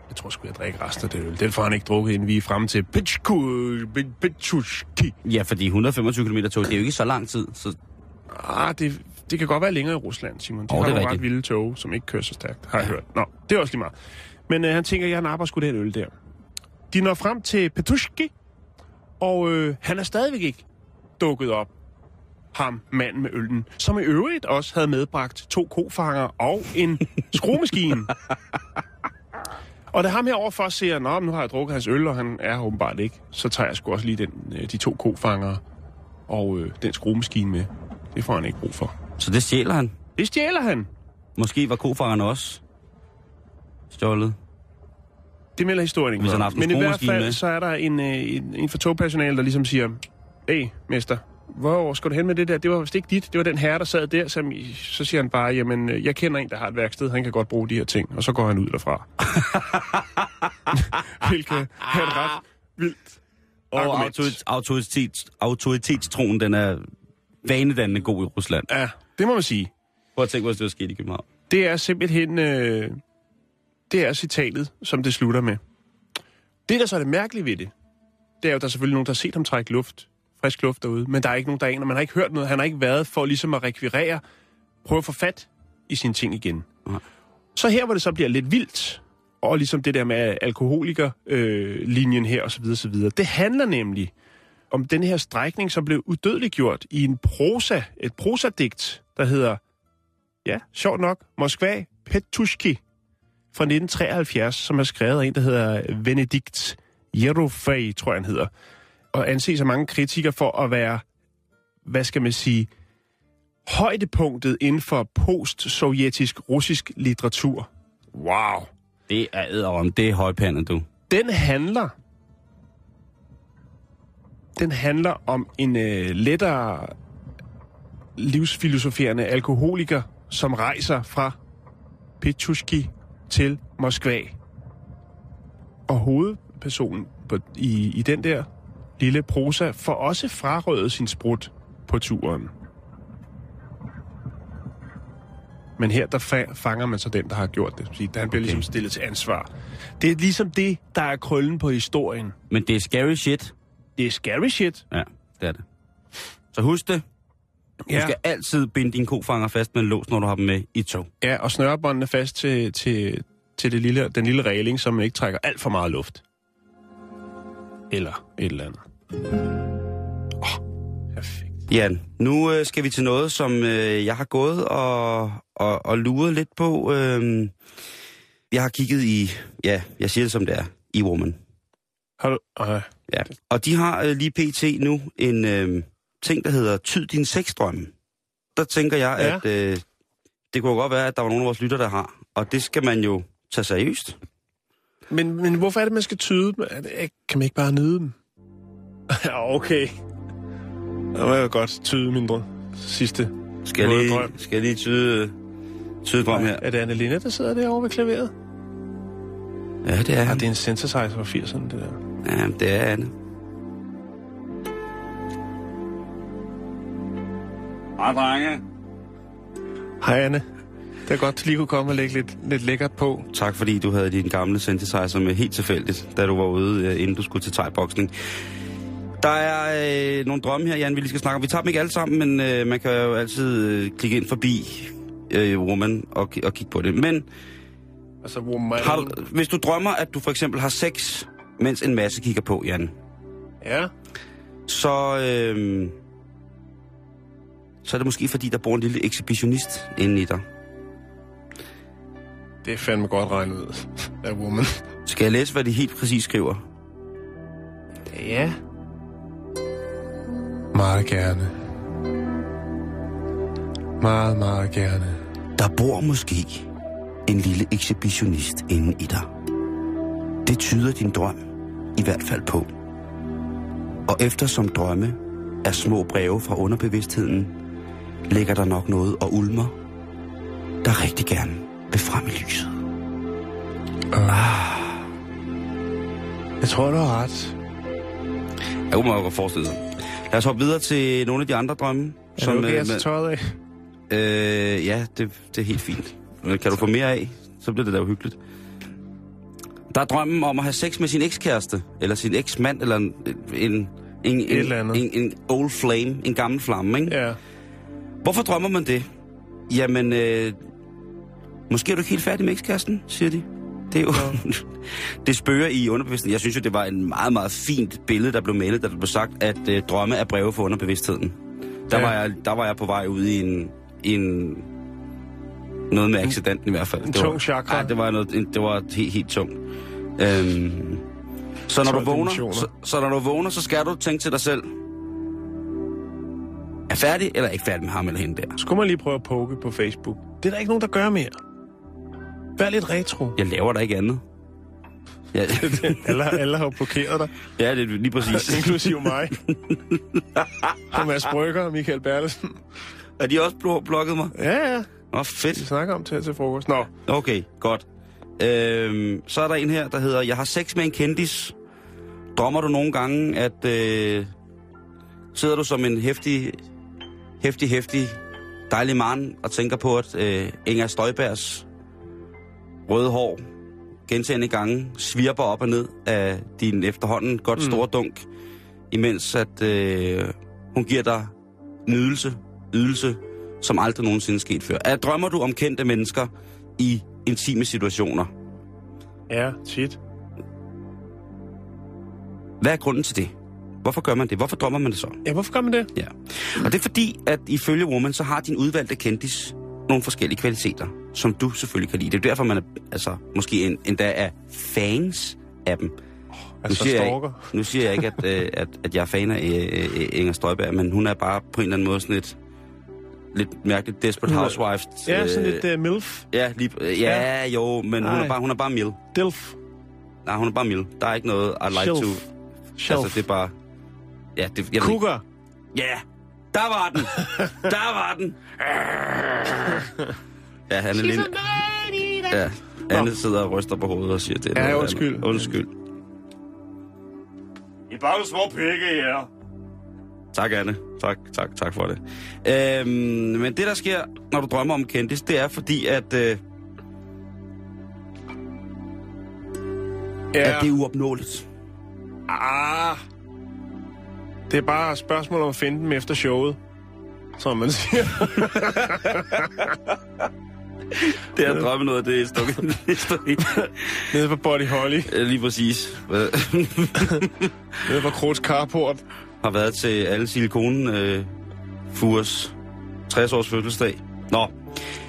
Speaker 5: Jeg tror sgu, jeg drikker resten af det øl. Den får han ikke drukket, inden vi er fremme til Pichku- Pi- Pichushki.
Speaker 7: ja, fordi 125 km tog, det er jo ikke så lang tid, så
Speaker 5: Ah, det, det kan godt være længere i Rusland, Simon. De
Speaker 7: Åh,
Speaker 5: har
Speaker 7: det er
Speaker 5: nogle ret
Speaker 7: rigtigt.
Speaker 5: vilde tog, som ikke kører så stærkt, har jeg hørt. Nå, det er også lige meget. Men øh, han tænker, jeg napper sgu den øl der. De når frem til Petushki, og øh, han er stadigvæk ikke dukket op. Ham, manden med øllen, som i øvrigt også havde medbragt to kofanger og
Speaker 7: *laughs*
Speaker 5: en skruemaskine. Og da ham herovre først siger, Nå, men nu har jeg drukket hans øl, og han er her åbenbart ikke, så tager jeg sgu også lige den, øh, de to kofanger og øh, den skruemaskine med. Det får han ikke brug for.
Speaker 7: Så det stjæler han.
Speaker 5: Det stjæler han.
Speaker 7: Måske var kofangerne også stjålet.
Speaker 5: Det melder historien ikke
Speaker 7: Hvis
Speaker 5: noget
Speaker 7: han har
Speaker 5: om.
Speaker 7: haft en
Speaker 5: Men i hvert
Speaker 7: skruemaskine
Speaker 5: fald,
Speaker 7: med.
Speaker 5: så er der en, øh, en, en fra togpersonale, der ligesom siger, Hey, mester, hvor skal du hen med det der? Det var vist ikke dit. Det var den herre, der sad der. Som, I-" så siger han bare, jamen, øh, jeg kender en, der har et værksted. Han kan godt bruge de her ting. Og så går han ud
Speaker 7: *laughs*
Speaker 5: derfra. Hvilket er et ret vildt
Speaker 7: Og
Speaker 5: argument.
Speaker 7: autoritet, autoritet, autoritetstroen, den er vanedannende god i Rusland.
Speaker 5: Ja, det må man sige.
Speaker 7: Prøv at tænke, hvis det var sket i København.
Speaker 5: Det er simpelthen... Øh, det er citatet, som det slutter med. Det, der så er det mærkelige ved det, det er jo, at der er selvfølgelig nogen, der har set ham trække luft, frisk luft derude, men der er ikke nogen, der aner. Man har ikke hørt noget. Han har ikke været for ligesom at rekvirere, prøve at få fat i sine ting igen.
Speaker 7: Nej.
Speaker 5: Så her, hvor det så bliver lidt vildt, og ligesom det der med alkoholikerlinjen øh, linjen her osv., osv., det handler nemlig om den her strækning, som blev udødeliggjort i en prosa, et prosadigt, der hedder, ja, sjovt nok, Moskva Petushki fra 1973, som er skrevet af en, der hedder Venedikt Jerofej, tror jeg han hedder, og anses af mange kritikere for at være, hvad skal man sige, højdepunktet inden for post-sovjetisk russisk litteratur. Wow.
Speaker 7: Det er æderom, det er højpandet, du.
Speaker 5: Den handler den handler om en øh, lettere livsfilosoferende alkoholiker, som rejser fra Petushki til Moskva. Og hovedpersonen på, i, i den der lille prosa får også frarøvet sin sprut på turen. Men her der fa- fanger man så den, der har gjort det. Fordi Han bliver ligesom stillet til ansvar. Det er ligesom det, der er krøllen på historien.
Speaker 7: Men det er scary shit.
Speaker 5: Det er scary shit.
Speaker 7: Ja, det er det. Så husk det. Du skal altid binde dine kofanger fast med en lås, når du har dem med i tog.
Speaker 5: Ja, og snørebåndene fast til, til, til det lille, den lille regling, som ikke trækker alt for meget luft. Eller et eller andet. Åh, oh, perfekt.
Speaker 7: Jan, nu øh, skal vi til noget, som øh, jeg har gået og, og, og luret lidt på. Øh, jeg har kigget i, ja, jeg siger det som det er, i Woman.
Speaker 5: Har du... Øh,
Speaker 7: Ja. Og de har øh, lige pt. nu en øh, ting, der hedder Tyd din sexdrømme. Der tænker jeg,
Speaker 5: Ja.
Speaker 7: ja. at øh, det kunne godt være, at der var nogle af vores lytter, der har. Og det skal man jo tage seriøst.
Speaker 5: men, men hvorfor er det, man skal tyde dem? Er det, ikke- kan man ikke bare nyde dem? ja, okay. Der må jeg godt tyde mindre sidste.
Speaker 7: Skal jeg
Speaker 5: Både
Speaker 7: lige,
Speaker 5: drøm.
Speaker 7: skal jeg lige tyde, øh, tyde drøm her?
Speaker 5: Er det Annelina, der sidder derovre ved klaveret? Ja.
Speaker 7: Ja, det er
Speaker 5: Ah,
Speaker 7: han.
Speaker 5: det er en synthesizer fra 80'erne, det der.
Speaker 7: Ja, det er han.
Speaker 10: Hej, drenge.
Speaker 5: Hej, Anne. Det er godt, du lige kunne komme og lægge lidt, lidt lækkert på.
Speaker 7: Tak fordi du havde din gamle synthesizer med helt tilfældigt, da du var ude, øh, inden du skulle til thai-boksning. Der er øh, nogle drømme her, Jan, vi lige skal snakke om. Vi tager dem ikke alle sammen, men øh, man kan jo altid øh, klikke ind forbi øh, Woman og, ki- og kigge på det. Men
Speaker 5: Altså, hvor man...
Speaker 7: har, du- hvis du drømmer, at du for eksempel har sex, mens en masse kigger på, Jan,
Speaker 5: Ja.
Speaker 7: så, øh, så er det måske fordi, der bor en lille ekshibitionist inde i dig.
Speaker 5: Det er fandme godt regnet ud af woman.
Speaker 7: Skal jeg læse, hvad de helt præcis skriver?
Speaker 5: Ja. Meget gerne. Meget, meget gerne.
Speaker 6: Der bor måske en lille ekshibitionist inde i dig. Det tyder din drøm i hvert fald på. Og eftersom drømme er små breve fra underbevidstheden, ligger der nok noget og ulmer, der rigtig gerne vil frem i lyset.
Speaker 5: Jeg tror, du har ret.
Speaker 7: Ja, kunne man jo godt forestille sig. Lad os hoppe videre til nogle af de andre drømme.
Speaker 5: Er Som, det okay,
Speaker 7: øh,
Speaker 5: jeg tager tøjet af?
Speaker 7: øh, ja, det, det er helt fint. Men Kan du få mere af, så bliver det da jo hyggeligt. Der er drømmen om at have sex med sin ekskæreste, eller sin eksmand, eller en, en, en,
Speaker 5: Et eller
Speaker 7: en,
Speaker 5: andet.
Speaker 7: en, en old flame, en gammel flamme. Ikke?
Speaker 5: Ja.
Speaker 7: Hvorfor drømmer man det? Jamen, øh, måske er du ikke helt færdig med ekskæresten, siger de. Det er jo... *laughs* det spørger i underbevidstheden. Jeg synes jo, det var en meget, meget fint billede, der blev malet, da der blev sagt, at øh, drømme er breve for underbevidstheden.
Speaker 5: Ja.
Speaker 7: Der, ja. var jeg, der var jeg på vej ud i en... en noget med accidenten i hvert fald.
Speaker 5: En
Speaker 7: Det var-
Speaker 5: tung chakra.
Speaker 7: Ja, det var, noget, en- det var helt, helt tungt. Øhm, så, når du
Speaker 5: Tolv
Speaker 7: vågner,
Speaker 5: dimensioner.
Speaker 7: så, så når du vågner, så skal du tænke til dig selv. Er færdig eller ikke færdig med ham eller hende der?
Speaker 5: Skulle man lige prøve at poke på Facebook? Det er der ikke nogen, der gør mere. Vær lidt *laughs* retro.
Speaker 7: Jeg laver da ikke andet. Ja, *laughs*
Speaker 5: alle, alle har jo blokeret dig,
Speaker 7: ja det er lige
Speaker 5: *laughs*
Speaker 7: præcis.
Speaker 5: inklusive mig. Og Mads Brygger og Michael Bertelsen.
Speaker 7: Er de også blo- blokket mig?
Speaker 5: Ja, ja.
Speaker 7: Nå,
Speaker 5: Vi
Speaker 7: fedt.
Speaker 5: snakker om til til frokost. Nå,
Speaker 7: Okay, godt. Øhm, så er der en her, der hedder, jeg har sex med en kendis. Drømmer du nogle gange, at øh, sidder du som en hæftig, hæftig, hæftig, dejlig mand og tænker på, at øh, Inger Støjbergs røde hår gentagende gange svirper op og ned af din efterhånden godt store dunk, imens at øh, hun giver dig nydelse, ydelse, som aldrig nogensinde er sket før. At drømmer du om kendte mennesker i intime situationer?
Speaker 5: ja, tit.
Speaker 7: Hvad er grunden til det? Hvorfor gør man det? Hvorfor drømmer man det så?
Speaker 5: Ja, hvorfor gør man det?
Speaker 7: Ja. Og det er fordi, at ifølge Woman, så har din udvalgte kendis nogle forskellige kvaliteter, som du selvfølgelig kan lide. Det er jo derfor, man er, altså, måske en, endda er fans af dem.
Speaker 5: Altså
Speaker 7: siger jeg ikke-
Speaker 5: stalker.
Speaker 7: Nu siger jeg ikke, at, øh, at, at jeg er fan af øh, øh, Inger Støjberg, men hun er bare på en eller anden måde sådan et lidt mærkeligt Desperate
Speaker 5: Hun er-
Speaker 7: Housewives.
Speaker 5: Ja, sådan
Speaker 7: øh,
Speaker 5: lidt uh, milf.
Speaker 7: Ja, lige, øh, ja, jo, men hun
Speaker 5: Ej.
Speaker 7: er, bare, hun er bare mild.
Speaker 5: Dilf.
Speaker 7: Nej, hun er bare mild. Der er ikke noget I like
Speaker 5: Shelf.
Speaker 7: to...
Speaker 5: Shelf.
Speaker 7: Altså, det er bare... Ja, det, jeg ved ikke.
Speaker 5: Cougar.
Speaker 7: Ja, der var
Speaker 5: *laughs*
Speaker 7: den. Der var den. Ja, han er lidt... Ja, Anne sidder og ryster på hovedet og siger, det er
Speaker 5: Ja,
Speaker 7: noget
Speaker 5: undskyld.
Speaker 7: andet. Undskyld.
Speaker 10: I er bare små pikke, ja.
Speaker 7: Tak, Anne. Tak, tak, tak for det. Øhm, men det, der sker, når du drømmer om kendis, det er fordi, at, øh,
Speaker 5: Ja.
Speaker 7: at det er uopnåeligt.
Speaker 5: Ah. Det er bare et spørgsmål om at finde dem efter showet, som man *laughs* siger.
Speaker 7: Det er at drømme noget, det er *laughs* stukket. det er stukket-
Speaker 5: Nede på Body Holly,
Speaker 7: Øh, Lige præcis. Øh, *laughs*
Speaker 5: nede på Krogs Carport.
Speaker 7: Har været til alle silikonen øh, Fures 60-års fødselsdag. Nå,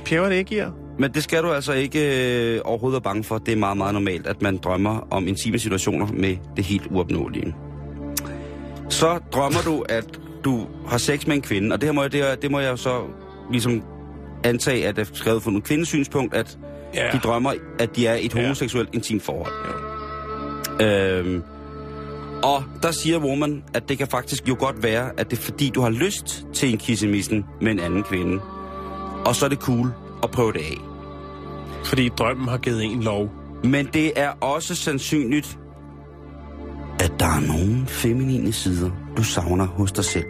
Speaker 5: Pjæver det ikke i jer?
Speaker 7: men det skal du altså ikke øh, overhovedet være bange for. Det er meget, meget normalt, at man drømmer om intime situationer med det helt uopnåelige. Så drømmer du, at du har sex med en kvinde, og det her må jeg, det, er- det må jeg jo så ligesom antage, at det er skrevet fra en kvindes synspunkt, at
Speaker 5: Ja.
Speaker 7: de drømmer, at de er i et
Speaker 5: Ja.
Speaker 7: homoseksuelt intimt forhold. Øhm, og der siger Woman, at det kan faktisk jo godt være, at det er fordi, du har lyst til en kissemissen med en anden kvinde. Og så er det cool at prøve det af.
Speaker 5: Fordi drømmen har givet en lov.
Speaker 7: Men det er også sandsynligt, at der er nogle feminine sider, du savner hos dig selv.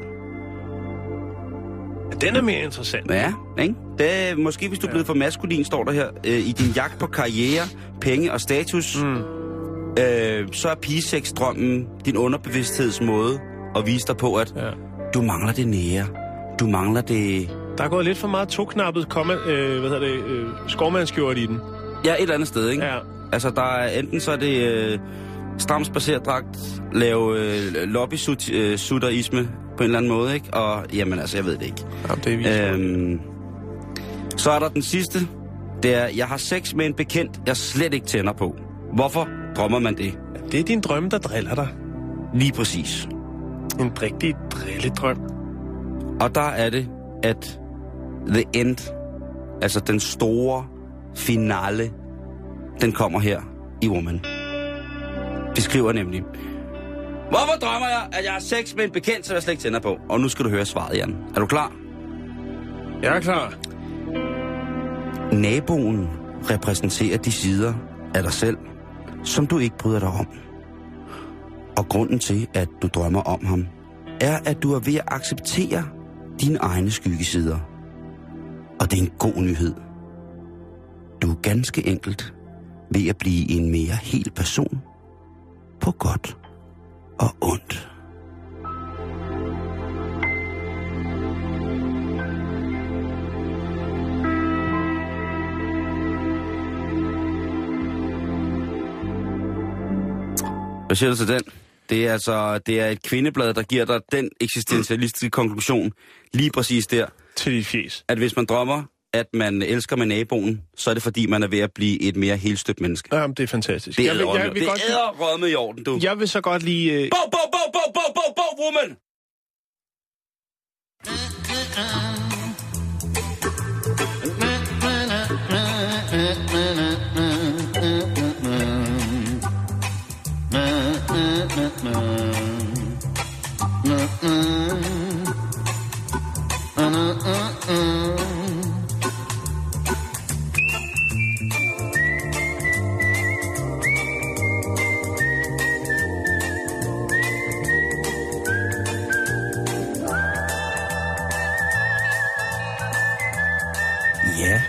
Speaker 5: Ja, Den er mere interessant.
Speaker 7: Ja, ikke? Det er, måske hvis du er blevet for maskulin, står der her, øh, i din jagt på karriere, penge og status, mm. øh, så er pigeseksdrømmen din underbevidstheds måde at vise dig på, at
Speaker 5: Ja.
Speaker 7: du mangler det nære. Du mangler det...
Speaker 5: Der er gået lidt for meget toknappet komma, øh, hvad hedder det, øh, skovmandskjort i den.
Speaker 7: Ja, et eller andet sted, ikke?
Speaker 5: Ja.
Speaker 7: Altså, der er enten så er det øh, stram spacerdragt, lave øh, lobbysuterisme på en eller anden måde, ikke? Og jamen altså, jeg ved det ikke.
Speaker 5: Jamen, det er vildt.
Speaker 7: Øhm, så er der den sidste. Det er, jeg har sex med en bekendt, jeg slet ikke tænder på. Hvorfor drømmer man det?
Speaker 5: Det er din drømme, der driller dig.
Speaker 7: Lige præcis.
Speaker 5: En rigtig drilledrøm.
Speaker 7: Og der er det, at the end, altså den store finale, den kommer her i Woman. De skriver nemlig, Hvorfor drømmer jeg, at jeg har sex med en bekendt, som jeg slet ikke tænder på? Og nu skal du høre svaret, Jan. Er du klar?
Speaker 5: Jeg er klar.
Speaker 7: Naboen repræsenterer de sider af dig selv, som du ikke bryder dig om. Og grunden til, at du drømmer om ham, er, at du er ved at acceptere dine egne skyggesider. Og det er en god nyhed. Du er ganske enkelt ved at blive en mere hel person på godt og ondt. Hvad siger du til den? Det er altså det er et kvindeblad, der giver dig den eksistentialistiske konklusion lige præcis der,
Speaker 5: Til dit fjes.
Speaker 7: at hvis man drømmer, at man elsker med naboen, så er det fordi, man er ved at blive et mere helstøbt menneske.
Speaker 5: Jamen, det er fantastisk.
Speaker 7: Det er
Speaker 5: jeg, vil, jeg, vil
Speaker 7: æderrømme-
Speaker 5: godt,
Speaker 7: det er æderrømme i orden, du.
Speaker 5: jeg vil så godt lige... Øh,
Speaker 7: Bo, bo, bo, bo, bo, bo, bo, woman! Ja.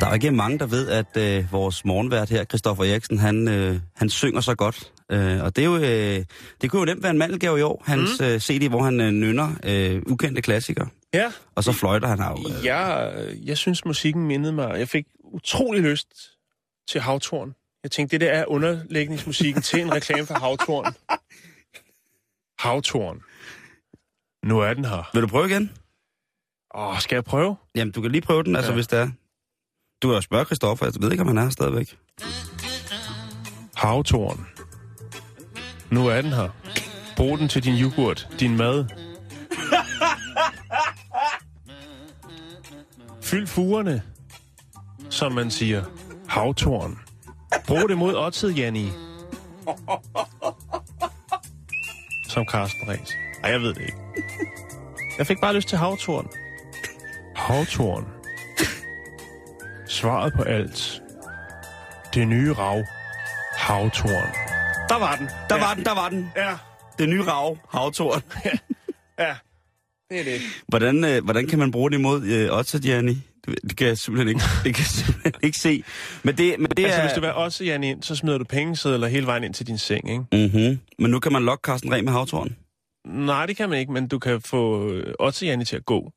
Speaker 7: Der er jo ikke mange, der ved, at øh, vores morgenvært her, Christoffer Eriksen, han, øh, han synger så godt. Øh, og det, er jo, øh, det kunne jo nemt være en mandelgave i år, hans mm. øh, CD, hvor han øh, nynner øh, ukendte klassikere.
Speaker 5: ja.
Speaker 7: Og så fløjter han af. Øh,
Speaker 5: Jeg, jeg synes, musikken mindede mig. Jeg fik utrolig lyst til havtorn. Jeg tænkte, det der er underlægningsmusikken til en reklame for *laughs* havtorn. Havtorn. Nu er den her.
Speaker 7: Vil du prøve igen?
Speaker 5: Åh, skal jeg prøve?
Speaker 7: Jamen, du kan lige prøve den, altså ja. hvis det er. Du kan jo spørge Christoffer, jeg ved ikke, om han er her stadigvæk.
Speaker 5: Havtorn. Nu er den her. Brug den til din yoghurt, din mad. Fyld fugerne, som man siger. Havtorn. Brug det mod oddset, Janni. Som Carsten Ræs. Ej, jeg ved det ikke. Jeg fik bare lyst til havtorn. Havtorn. Svaret på alt. Det nye rav. Havtorn. Der var den.
Speaker 7: Der var den, der var den.
Speaker 5: Ja,
Speaker 7: Det nye rav, havtorn.
Speaker 5: ja. Det er det.
Speaker 7: Hvordan, øh, hvordan kan man bruge det imod øh, Otter, Janni? Det, det kan jeg simpelthen
Speaker 5: *laughs*
Speaker 7: ikke, det kan jeg simpelthen ikke se. Men det, men det
Speaker 5: Altså,
Speaker 7: er...
Speaker 5: hvis du vil også, Janne, ind, så smider du pengesedler hele vejen ind til din seng, ikke?
Speaker 7: Mm-hmm. Men nu kan man lokke Carsten Reh med havtorn.
Speaker 5: Nej, det kan man ikke, men du kan få øh, også Janne til at gå.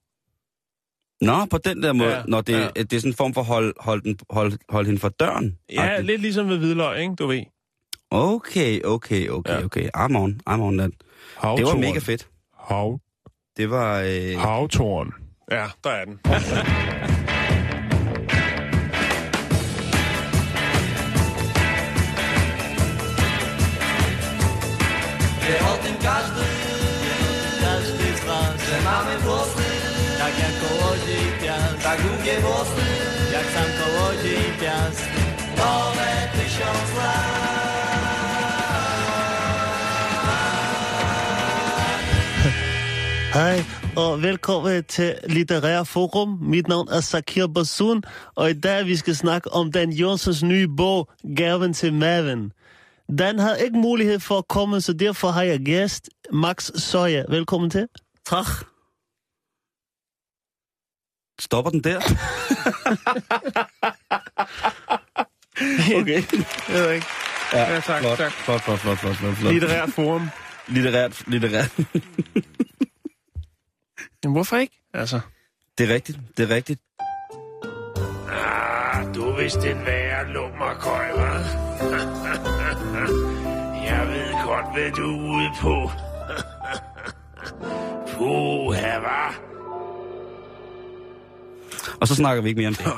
Speaker 7: Nå, på den der måde.
Speaker 5: Ja,
Speaker 7: Ja, Når det,
Speaker 5: ja.
Speaker 7: ja. det er sådan en form for hold, hold, den, hold, hold hende for døren.
Speaker 5: Ja,
Speaker 7: Agtigt.
Speaker 5: lidt ligesom ved hvidløg, ikke? Du ved.
Speaker 7: Okay, okay, okay,
Speaker 5: Ja.
Speaker 7: okay. I'm on, I'm on that. Det var mega fedt.
Speaker 5: Hav.
Speaker 7: Det var... Øh,
Speaker 5: Havtoren. Ja, der er den.
Speaker 4: Hej, og velkommen til Litterær Forum. Mit navn er Sakir Basun, og i dag vi skal snakke om Dan Jørgensens nye bog, Gaven til Maven. Dan havde ikke mulighed for at komme, så derfor har jeg gæst Max Søje. Velkommen til.
Speaker 7: tak. Stopper den der?
Speaker 5: *laughs* okay. Jeg ved ikke. Ja, ja tak,
Speaker 7: Flot,
Speaker 5: tak.
Speaker 7: flot, flot, flot, flot, flot. flot.
Speaker 5: Litterært forum.
Speaker 7: Litterært, litterært.
Speaker 5: Jamen, hvorfor ikke? Altså.
Speaker 7: Det er rigtigt, det er rigtigt.
Speaker 5: Ah, du er vist en værre lummerkøj, hva'? *laughs* Jeg ved godt, hvad du er ude på. *laughs* Puha, hva'?
Speaker 7: Og så snakker vi ikke mere om det.
Speaker 5: Nej,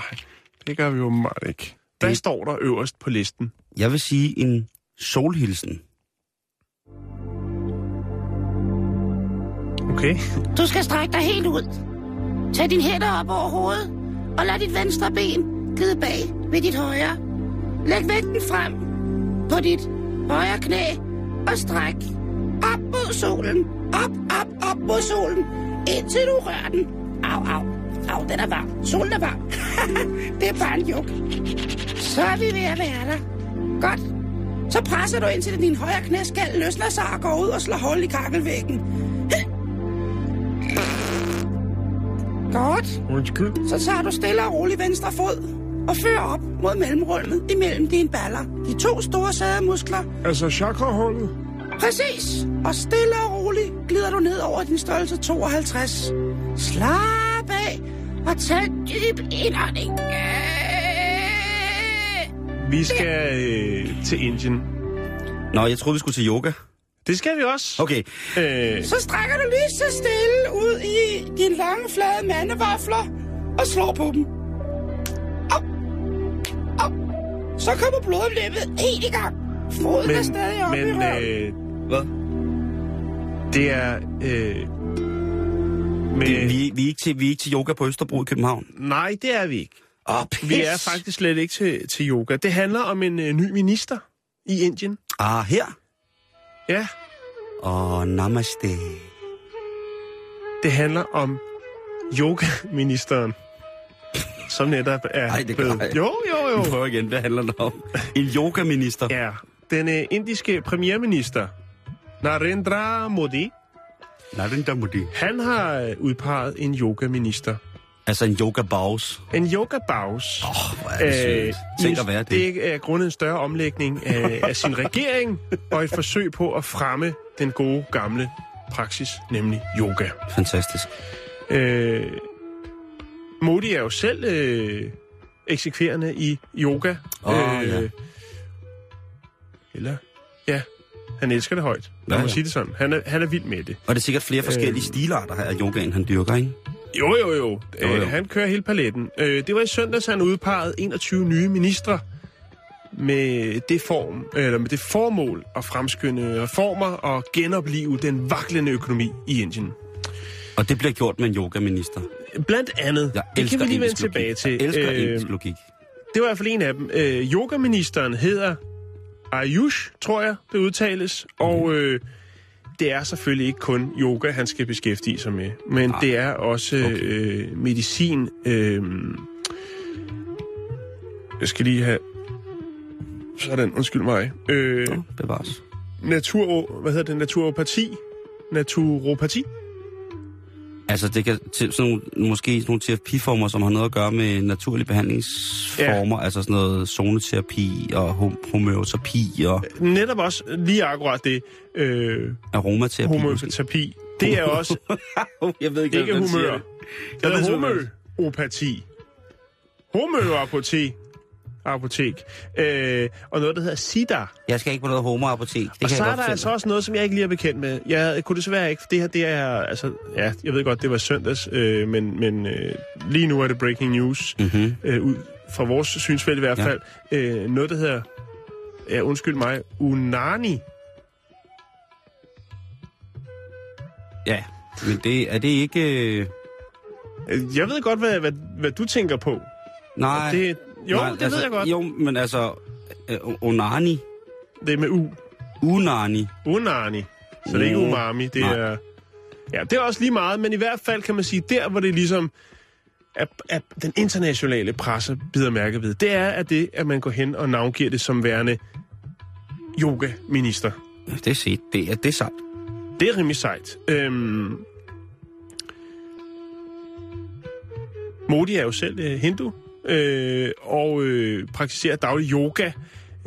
Speaker 5: det gør vi jo meget ikke. Hvad
Speaker 7: Det-
Speaker 5: står der øverst på listen?
Speaker 7: Jeg vil sige en solhilsen.
Speaker 5: Okay.
Speaker 9: Du skal strække dig helt ud. Tag dine hænder op over hovedet, og lad dit venstre ben glide bag ved dit højre. Læg vægten frem på dit højre knæ og stræk op mod solen. Op, op, op mod solen, indtil du rører den. Au, au, au, den er varm. Solen er varm. *laughs* det er bare en juk. Så er vi ved at være der. Godt. Så presser du indtil din højre knæskal løsner sig og går ud og slår hul i kakkelvæggen. Godt.
Speaker 5: Undskyld.
Speaker 9: Så tager du stille og roligt venstre fod og fører op mod mellemrummet imellem dine baller. De to store sædemuskler.
Speaker 5: Altså chakrahullet?
Speaker 9: Præcis. Og stille og roligt glider du ned over din størrelse 52. Slap af og tag en dyb indånding.
Speaker 5: Vi skal øh, til Indien.
Speaker 7: Nå, jeg troede, vi skulle til yoga.
Speaker 5: Det skal vi også.
Speaker 7: Okay,
Speaker 5: Øh,
Speaker 9: Så strækker du lige så stille ud i dine lange, flade mandevafler og slår på dem. Op. Op. Så kommer blodomløbet helt i gang. Foden er
Speaker 5: men
Speaker 9: stadig oppe i
Speaker 5: men
Speaker 9: røven.
Speaker 5: øh,
Speaker 7: hvad?
Speaker 5: det er... Øh, med,
Speaker 7: Det, vi, vi, er ikke til, vi er ikke til yoga på Østerbro i København.
Speaker 5: Nej, det er vi ikke.
Speaker 7: Åh, pis.
Speaker 5: Vi er faktisk slet ikke til, til yoga. Det handler om en øh, ny minister i Indien.
Speaker 7: Ah, her.
Speaker 5: Ja,
Speaker 7: Åh, namaste.
Speaker 5: det handler om yogaministeren, som netop er
Speaker 7: Ej, det gør
Speaker 5: blevet...
Speaker 7: jeg.
Speaker 5: Jo, jo, jo.
Speaker 7: Prøv igen, hvad handler det om? En yogaminister. Ja.
Speaker 5: Ja, den øh, indiske premierminister, Narendra Modi,
Speaker 7: Narendra Modi.
Speaker 5: han har øh, udpeget en yogaminister.
Speaker 7: Altså en yoga baus.
Speaker 5: En yogabaus. Oh,
Speaker 7: Hvor er det sødt. Tænk at være det.
Speaker 5: Det er grundet en større omlægning øh, af, af
Speaker 7: *laughs*
Speaker 5: sin regering og et forsøg på at fremme den gode gamle praksis, nemlig yoga.
Speaker 7: Fantastisk.
Speaker 5: Øh, Modi er jo selv øh, eksekverende i yoga. Øh,
Speaker 7: Åh, ja.
Speaker 5: Eller? Ja, han elsker det højt. Lad
Speaker 7: Ja,
Speaker 5: mig
Speaker 7: ja.
Speaker 5: sige det sådan. Han er, han er vild med det.
Speaker 7: Og det er sikkert
Speaker 5: Øh.
Speaker 7: flere forskellige stilarter her af yogaen, han dyrker, ikke?
Speaker 5: Jo, jo, jo.
Speaker 7: Jo,
Speaker 5: jo,
Speaker 7: jo.
Speaker 5: jo. Øh, han kører hele paletten. Øh, det var i søndags, han udpegede 21 nye ministre med det, form, eller med det formål at fremskynde reformer og genopleve den vaklende økonomi i Indien.
Speaker 7: Og det bliver gjort med en yogaminister.
Speaker 5: Blandt andet,
Speaker 7: Jeg
Speaker 5: det
Speaker 7: elsker
Speaker 5: kan vi lige vende
Speaker 7: indisk
Speaker 5: tilbage
Speaker 7: logik.
Speaker 5: til.
Speaker 7: Jeg elsker
Speaker 5: Øh,
Speaker 7: indisk logik.
Speaker 5: Det var i hvert fald en af dem. Øh, yogaministeren hedder Ayush, tror jeg, det udtales.
Speaker 7: Mhm.
Speaker 5: Og øh, det er selvfølgelig ikke kun yoga, han skal beskæftige sig med. Men det er også okay. øh, medicin. Øh, jeg skal lige have... Sådan, undskyld mig. Øh,
Speaker 7: Nå, bevares.
Speaker 5: natur, hvad hedder det? Naturopati? Naturopati?
Speaker 7: Altså, det kan til sådan nogle, måske sådan nogle terapiformer, som har noget at gøre med naturlige behandlingsformer, ja. altså sådan noget zoneterapi og hom- homøoterapi og
Speaker 5: Netop også lige akkurat det. Øh,
Speaker 7: aromaterapi. måske.
Speaker 5: homoterapi. Det er også
Speaker 7: Jeg ved ikke,
Speaker 5: Ikke
Speaker 7: hvordan
Speaker 5: humør.
Speaker 7: man siger det.
Speaker 5: Det
Speaker 7: Jeg ved
Speaker 5: hedder
Speaker 7: ikke, hvordan man-
Speaker 5: homøopati. Homøopati. apotek. Øh, og noget, der hedder SIDA.
Speaker 7: Jeg skal ikke på noget homoapotek. Det
Speaker 5: og
Speaker 7: kan
Speaker 5: så
Speaker 7: jeg
Speaker 5: er
Speaker 7: godt
Speaker 5: der
Speaker 7: fortælle
Speaker 5: altså
Speaker 7: dig.
Speaker 5: også noget, som jeg ikke lige er bekendt med. Jeg kunne desværre ikke, for det her, det er, altså, ja, jeg ved godt, det var søndags, øh, men, men øh, lige nu er det breaking news, mm-hmm. øh, ud fra vores synsfelt i hvert
Speaker 7: Mhm. Ja.
Speaker 5: fald. Øh, noget, der hedder, ja, undskyld mig, Unani.
Speaker 7: Ja, men det, er det ikke... Øh...
Speaker 5: Øh, Jeg ved godt, hvad, hvad, hvad du tænker på.
Speaker 7: Nej.
Speaker 5: Det, jo,
Speaker 7: nej,
Speaker 5: Nej, det
Speaker 7: altså,
Speaker 5: altså, ved jeg godt. Jo.
Speaker 7: Jo, men altså... Øh, onani.
Speaker 5: Det er med U.
Speaker 7: Unani.
Speaker 5: Unani. Så det er ikke
Speaker 7: Mm.
Speaker 5: umami, det
Speaker 7: Nej.
Speaker 5: er... Ja, det er også lige meget, men i hvert fald kan man sige, der hvor det ligesom at, at den internationale presse bider mærke ved, det er at det, at man går hen og navngiver det som værende yoga-minister.
Speaker 7: Ja, Det er set. Det er, det er sejt.
Speaker 5: Det er rimelig sejt. Øhm... Modi er jo selv øh, hindu, øh, og øh, praktiserer daglig yoga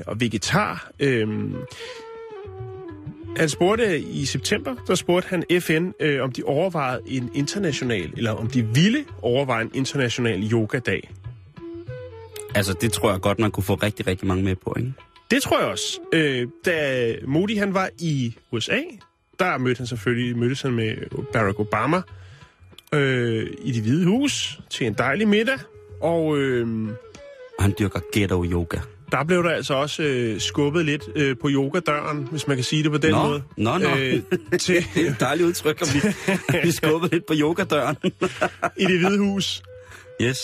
Speaker 5: og vegetar. Øh, han spurgte i september, der spurgte han FN, øh, om de overvejede en international, eller om de ville overveje en international yogadag.
Speaker 7: Altså, det tror jeg godt, man kunne få rigtig, rigtig mange med på, ikke?
Speaker 5: Det tror jeg også. Øh, da Modi han var i USA, der mødte han selvfølgelig mødtes han med Barack Obama øh, i det hvide hus til en dejlig middag. Og øh,
Speaker 7: Og han dyrker ghetto-yoga.
Speaker 5: der blev der altså også øh, skubbet lidt øh, på yogadøren, hvis man kan sige det på den
Speaker 7: Nå,
Speaker 5: måde. Øh,
Speaker 7: nå, nå. *laughs*
Speaker 5: til,
Speaker 7: Det er et dejligt udtryk, om vi, vi skubbede lidt på yogadøren.
Speaker 5: I det hvide hus.
Speaker 7: yes.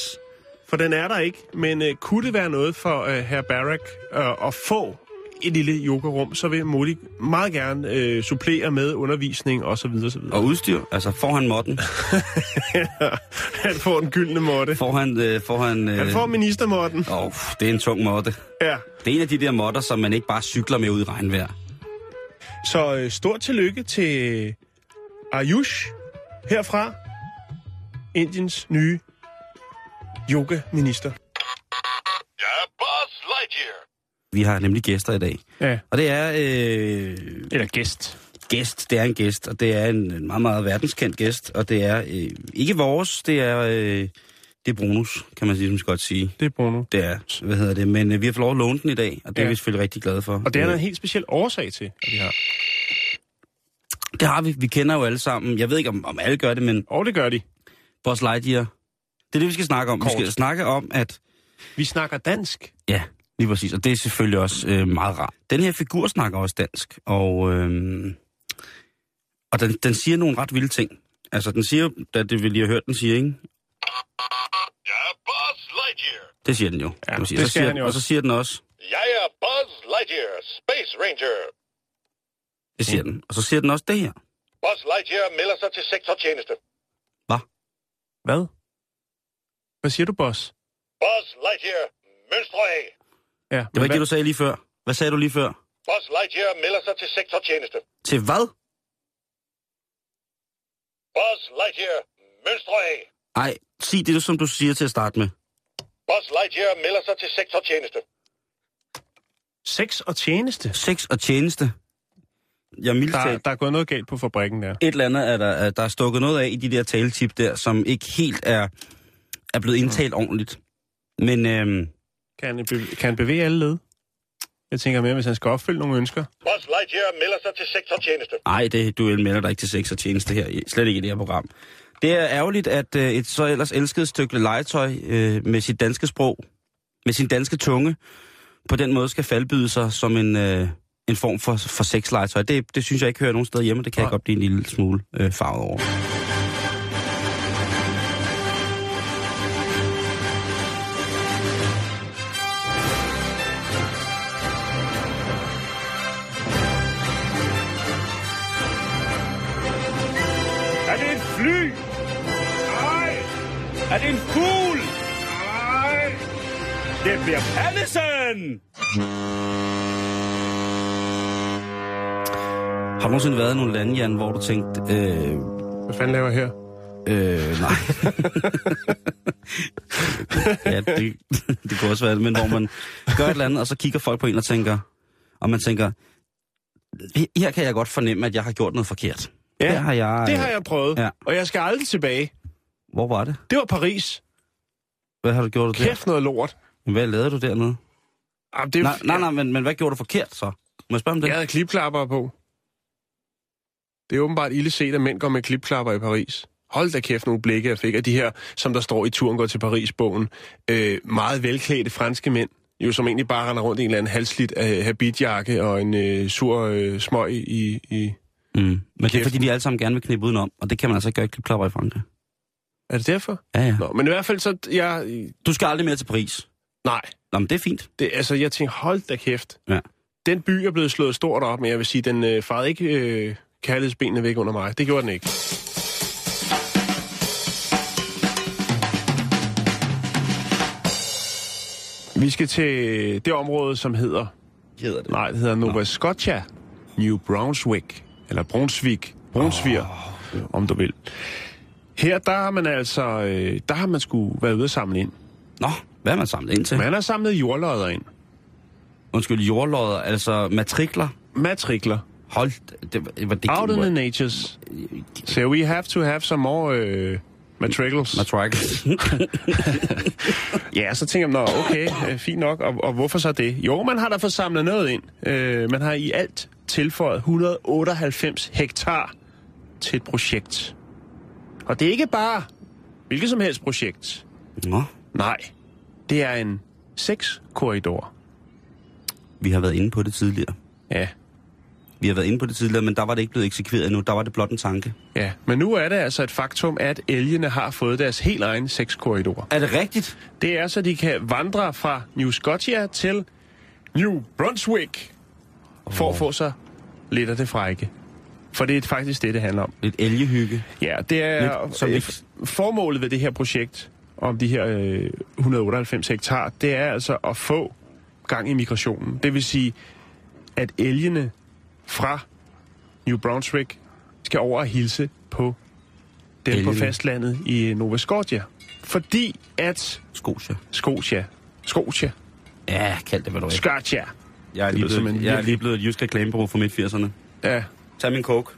Speaker 5: For den er der ikke. Men øh, kunne det være noget for øh, herr Barack øh, at få et lille yogarum, så vil Modi meget gerne øh, supplere med undervisning osv. osv.
Speaker 7: Og udstyr. Altså, får han modden?
Speaker 5: *laughs* Han får den gyldne måtte.
Speaker 7: Får han... Øh, får han, øh...
Speaker 5: Han får ministermorten.
Speaker 7: Åh, oh, det er en tung måtte.
Speaker 5: Ja.
Speaker 7: Det er en af de der måtter, som man ikke bare cykler med ud i regnvejr.
Speaker 5: Så øh, stort tillykke til Ayush herfra. Indiens nye yoga-minister.
Speaker 7: Vi har nemlig gæster i dag.
Speaker 5: Ja.
Speaker 7: Og det er... Øh...
Speaker 5: Eller gæst.
Speaker 7: gæst, det er en gæst, og det er en, en meget, meget verdenskendt gæst, og det er øh, ikke vores, det er, øh, det er Brunos, kan man ligesom godt sige.
Speaker 5: Det er Bruno.
Speaker 7: Det er, hvad hedder det, men øh, vi har fået lov at låne den i dag, og det ja. er
Speaker 5: Ja.
Speaker 7: vi selvfølgelig rigtig glade for.
Speaker 5: Og det er der
Speaker 7: Øh,
Speaker 5: en helt speciel årsag til, at vi har.
Speaker 7: det har vi, vi kender jo alle sammen, jeg ved ikke om, om alle gør det, men
Speaker 5: Og det gør de.
Speaker 7: Buzz Lightyear, det er det, vi skal snakke om. Kort. Vi skal
Speaker 5: Kort.
Speaker 7: snakke om, at,
Speaker 5: Vi snakker dansk.
Speaker 7: ja, lige præcis, og det er selvfølgelig også øh, meget rart. Den her figur snakker også dansk, og, øh, og den, den siger nogle ret vilde ting. Altså, den siger, da det vi lige har hørt, den siger, ikke?
Speaker 10: Jeg er Buzz Lightyear.
Speaker 7: Det siger den jo.
Speaker 5: Ja,
Speaker 7: kan man sige.
Speaker 5: det
Speaker 7: så
Speaker 5: skal
Speaker 7: siger,
Speaker 5: han jo
Speaker 7: Og så
Speaker 5: også.
Speaker 7: siger den også.
Speaker 10: Jeg er Buzz Lightyear, Space Ranger.
Speaker 7: Det siger
Speaker 5: Mm.
Speaker 7: den. Og så siger den også det her.
Speaker 10: Buzz Lightyear melder sig til sektortjeneste.
Speaker 5: Hvad? Hvad siger du, boss?
Speaker 10: Buzz Lightyear, mønstre af.
Speaker 5: Ja, men
Speaker 7: Det var
Speaker 5: hvad-
Speaker 7: ikke det, du sagde lige før. Hvad sagde du lige før?
Speaker 10: Buzz Lightyear melder sig til sektortjeneste.
Speaker 7: Til hvad?
Speaker 10: Buzz Lightyear, mønstre af.
Speaker 7: Ej, sig det, som du siger til at starte med.
Speaker 10: Buzz Lightyear melder sig til sektortjeneste.
Speaker 5: Sex og tjeneste.
Speaker 7: Sex og tjeneste. Jeg er mildt
Speaker 5: Der,
Speaker 7: talt.
Speaker 5: der er gået noget galt på fabrikken der.
Speaker 7: Et eller andet er der, er- der er stukket noget af i de der taletip der, som ikke helt er, er blevet indtalt ordentligt. Men øhm,
Speaker 5: Kan han, bev- kan han bevæge alle led? Jeg tænker mere, hvis han skal opfylde nogle ønsker.
Speaker 10: Buzz Lightyear melder sig til sektortjeneste.
Speaker 7: Nej, det du melder dig ikke til sex og tjeneste her. i- Slet ikke i det her program. Det er ærgerligt, at øh, et så ellers elsket stykke legetøj øh, med sit danske sprog, med sin danske tunge, på den måde skal faldbyde sig som en, øh, en form for, for sexlegetøj. Det, det synes jeg ikke hører nogen steder hjemme. Det kan jeg godt blive en lille smule øh, farvet over.
Speaker 10: Er det et fly? Nej. Er det en fugl? Nej. Det bliver Pallesen!
Speaker 7: Har du nogensinde været i nogle lande, Jan, hvor du tænkte, øh,
Speaker 5: Hvad fanden laver jeg her?
Speaker 7: Øh, nej. ja, det, *laughs* det kunne også være det, men hvor man gør et eller andet, og så kigger folk på en og tænker, og man tænker, "Her- her kan jeg godt fornemme, at jeg har gjort noget forkert.
Speaker 5: Ja,
Speaker 7: her har jeg,
Speaker 5: Det
Speaker 7: øh,
Speaker 5: har jeg prøvet,
Speaker 7: Ja.
Speaker 5: ja. og jeg skal aldrig tilbage.
Speaker 7: Hvor var det?
Speaker 5: Det var Paris.
Speaker 7: Hvad har du gjort der?
Speaker 5: Kæft noget lort.
Speaker 7: Hvad lavede du dernede?
Speaker 5: Jamen, det er, jo-
Speaker 7: Nej, nej, nej men, men hvad gjorde du forkert så? Må jeg spørge om det?
Speaker 5: Jeg havde klipklapper på. Det er åbenbart ille set, at mænd går med klipklapper i Paris. Hold da kæft nogle blikke, jeg fik af de her, som der står i Turen går til Paris-bogen. Øh, meget velklædte franske mænd, jo som egentlig bare render rundt i en eller anden halslidt øh, habitjakke og en øh, sur øh, smøg i, i...
Speaker 7: Mm. Men det er
Speaker 5: Kæft.
Speaker 7: fordi, de alle sammen gerne vil knippe udenom, og det kan man altså ikke gøre i klipklapper i Frankrig.
Speaker 5: Er det derfor?
Speaker 7: Ja, ja.
Speaker 5: Nå, men i hvert fald så... Jeg,
Speaker 7: Du skal aldrig mere til Paris.
Speaker 5: nej,
Speaker 7: Nå, men det er fint.
Speaker 5: det, altså jeg tænkte, hold da kæft.
Speaker 7: Ja.
Speaker 5: Den by er blevet slået stort op, men jeg vil sige, den øh, farede ikke øh, kærlighedsbenene væk under mig. Det gjorde den ikke. Vi skal til det område, som hedder...
Speaker 7: Hedder det.
Speaker 5: Nej, det hedder Nova Scotia. New Brunswick. Eller Brunswick. Brunsviger, om du vil. Her, der har man altså... Øh, der har man sgu været ude at samle ind.
Speaker 7: Nå, hvad er man samlet ind til?
Speaker 5: Man har samlet jordlodder ind.
Speaker 7: Undskyld, jordlodder, altså matrikler.
Speaker 5: Matrikler.
Speaker 7: Hold, det, var- det, var det
Speaker 5: Out in the natures. So we have to have some more øh, matricles.
Speaker 7: Matrikler. *laughs*
Speaker 5: Ja, så tænker man, nå, okay, øh, fint nok, og, og hvorfor så det? Jo, man har da fået samlet noget ind. Øh, man har i alt tilføjet 198 hektar til et projekt. Og det er ikke bare hvilket som helst projekt.
Speaker 7: Nå,
Speaker 5: Nej, det er en seks-korridor.
Speaker 7: vi har været inde på det tidligere.
Speaker 5: Ja,
Speaker 7: Vi har været inde på det tidligere, men der var det ikke blevet eksekveret endnu. Der var det blot en tanke.
Speaker 5: ja. Men nu er det altså et faktum, at elgene har fået deres helt egen seks-korridor.
Speaker 7: Er det rigtigt?
Speaker 5: Det er, så de kan vandre fra New Scotia til New Brunswick, for at få sig lidt af det frække. For det er faktisk det, det handler om.
Speaker 7: Et elgehygge.
Speaker 5: Ja, det er
Speaker 7: Lidt som
Speaker 5: øh,
Speaker 7: vi-
Speaker 5: f- formålet ved det her projekt, om de her øh, 198 hektar, det er altså at få gang i migrationen. Det vil sige, at elgene fra New Brunswick skal over og hilse på dem på
Speaker 7: Elgene.
Speaker 5: fastlandet i Nova Scotia. Fordi at
Speaker 7: Skosia.
Speaker 5: Scotia. Scotia.
Speaker 7: Ja, kald det, hvad du vil.
Speaker 5: Scotia.
Speaker 7: Jeg er
Speaker 5: Det
Speaker 7: lige
Speaker 5: lyder som en
Speaker 7: blevet, jeg er lige
Speaker 5: virkelig-
Speaker 7: blevet et jysk reklamebureau fra midt 80'erne.
Speaker 5: Ja.
Speaker 7: Tag min coke.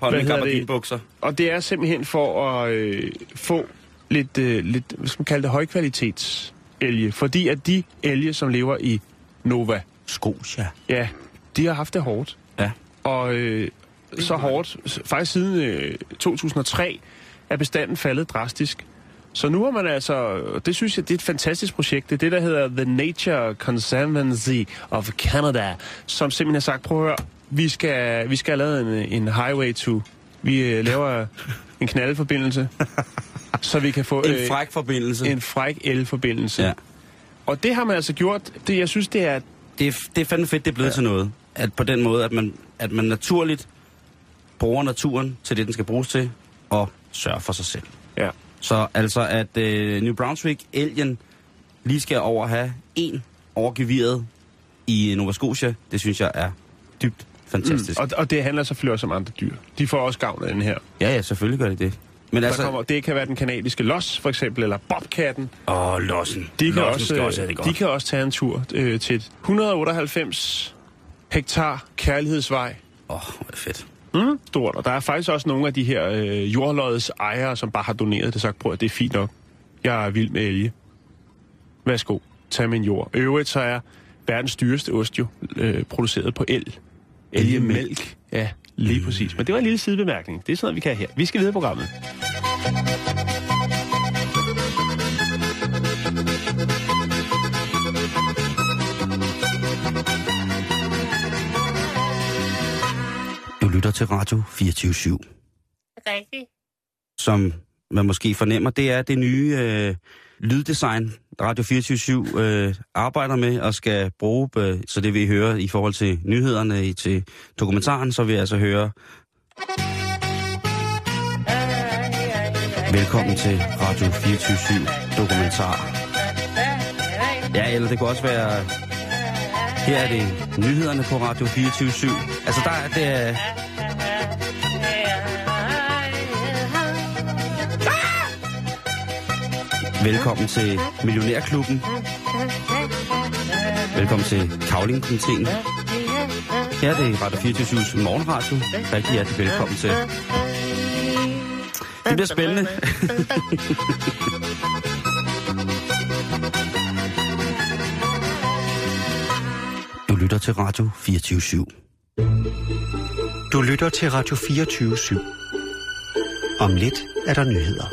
Speaker 7: Hold
Speaker 5: Hvad
Speaker 7: min
Speaker 5: hedder
Speaker 7: gabardinbukser.
Speaker 5: Og det er simpelthen for at øh, få lidt, øh, lidt, hvad skal man kalde det, højkvalitets elge. Fordi at de elge, som lever i Nova,
Speaker 7: Skosia.
Speaker 5: ja, de har haft det hårdt.
Speaker 7: Ja.
Speaker 5: Og øh, så hårdt, s- faktisk siden øh, 2003, er bestanden faldet drastisk. Så nu har man altså, og det synes jeg, det er et fantastisk projekt. Det er det, der hedder The Nature Conservancy of Canada, som simpelthen har sagt, prøv at høre, vi skal, vi skal have lavet en, en highway to. Vi øh, laver en knaldforbindelse, så vi kan få
Speaker 7: En fræk forbindelse.
Speaker 5: Øh, en fræk elforbindelse.
Speaker 7: Ja.
Speaker 5: Ja. Og det har man altså gjort. Det, jeg synes, det er
Speaker 7: Det, er, f- det er fandme fedt, det er blevet ja. til noget. At på den måde, at man, at man naturligt bruger naturen til det, den skal bruges til, og sørger for sig selv.
Speaker 5: ja,
Speaker 7: Så altså, at øh, New Brunswick, Elgen, lige skal over at have en overgeviret i Nova Scotia, det synes jeg er dybt fantastisk. Mm,
Speaker 5: Og, og det handler selvfølgelig også om andre dyr. De får også gavn af den her.
Speaker 7: Ja, ja, selvfølgelig gør det det. Men
Speaker 5: Der
Speaker 7: altså...
Speaker 5: kommer, det kan være den kanadiske los, for eksempel, eller bobkatten.
Speaker 7: Åh, lossen.
Speaker 5: De kan,
Speaker 7: lossen
Speaker 5: også,
Speaker 7: skal også have det
Speaker 5: øh,
Speaker 7: godt.
Speaker 5: de kan også tage en tur øh, til et 198 hektar kærlighedsvej.
Speaker 7: Åh, hvor er det fedt.
Speaker 5: Mm. Stort. Og der er faktisk også nogle af de her øh, jordloddets ejere, som bare har doneret det, sagt, prøv at det er fint nok. Jeg er vild med elge. Værsgo, tag min jord. I øvrigt så er verdens dyreste ost jo øh, produceret på el. Elgemælk. Ja,
Speaker 7: Mm.
Speaker 5: lige præcis. Men det var en lille sidebemærkning. Det er sådan noget, vi kan her. Vi skal videre i programmet.
Speaker 7: Du lytter til Radio 24
Speaker 9: Rigtigt.
Speaker 7: som man måske fornemmer, det er det nye øh, lyddesign, Radio 24 øh, arbejder med og skal bruge. Øh, så det vi hører i forhold til nyhederne, i- til dokumentaren, så vil jeg altså høre... Velkommen til Radio 24 dokumentar. Ja, eller det kunne også være... Her er det nyhederne på Radio 24 Altså, der er det... Øh, Velkommen til Millionærklubben. Velkommen til Kavlingkomiteen. Her er det Radio 24 morgenradio. Rigtig hjertelig velkommen til. Det bliver spændende. lytter til Radio 24 /7.
Speaker 6: Du lytter til Radio 24 /7. Om lidt er der nyheder.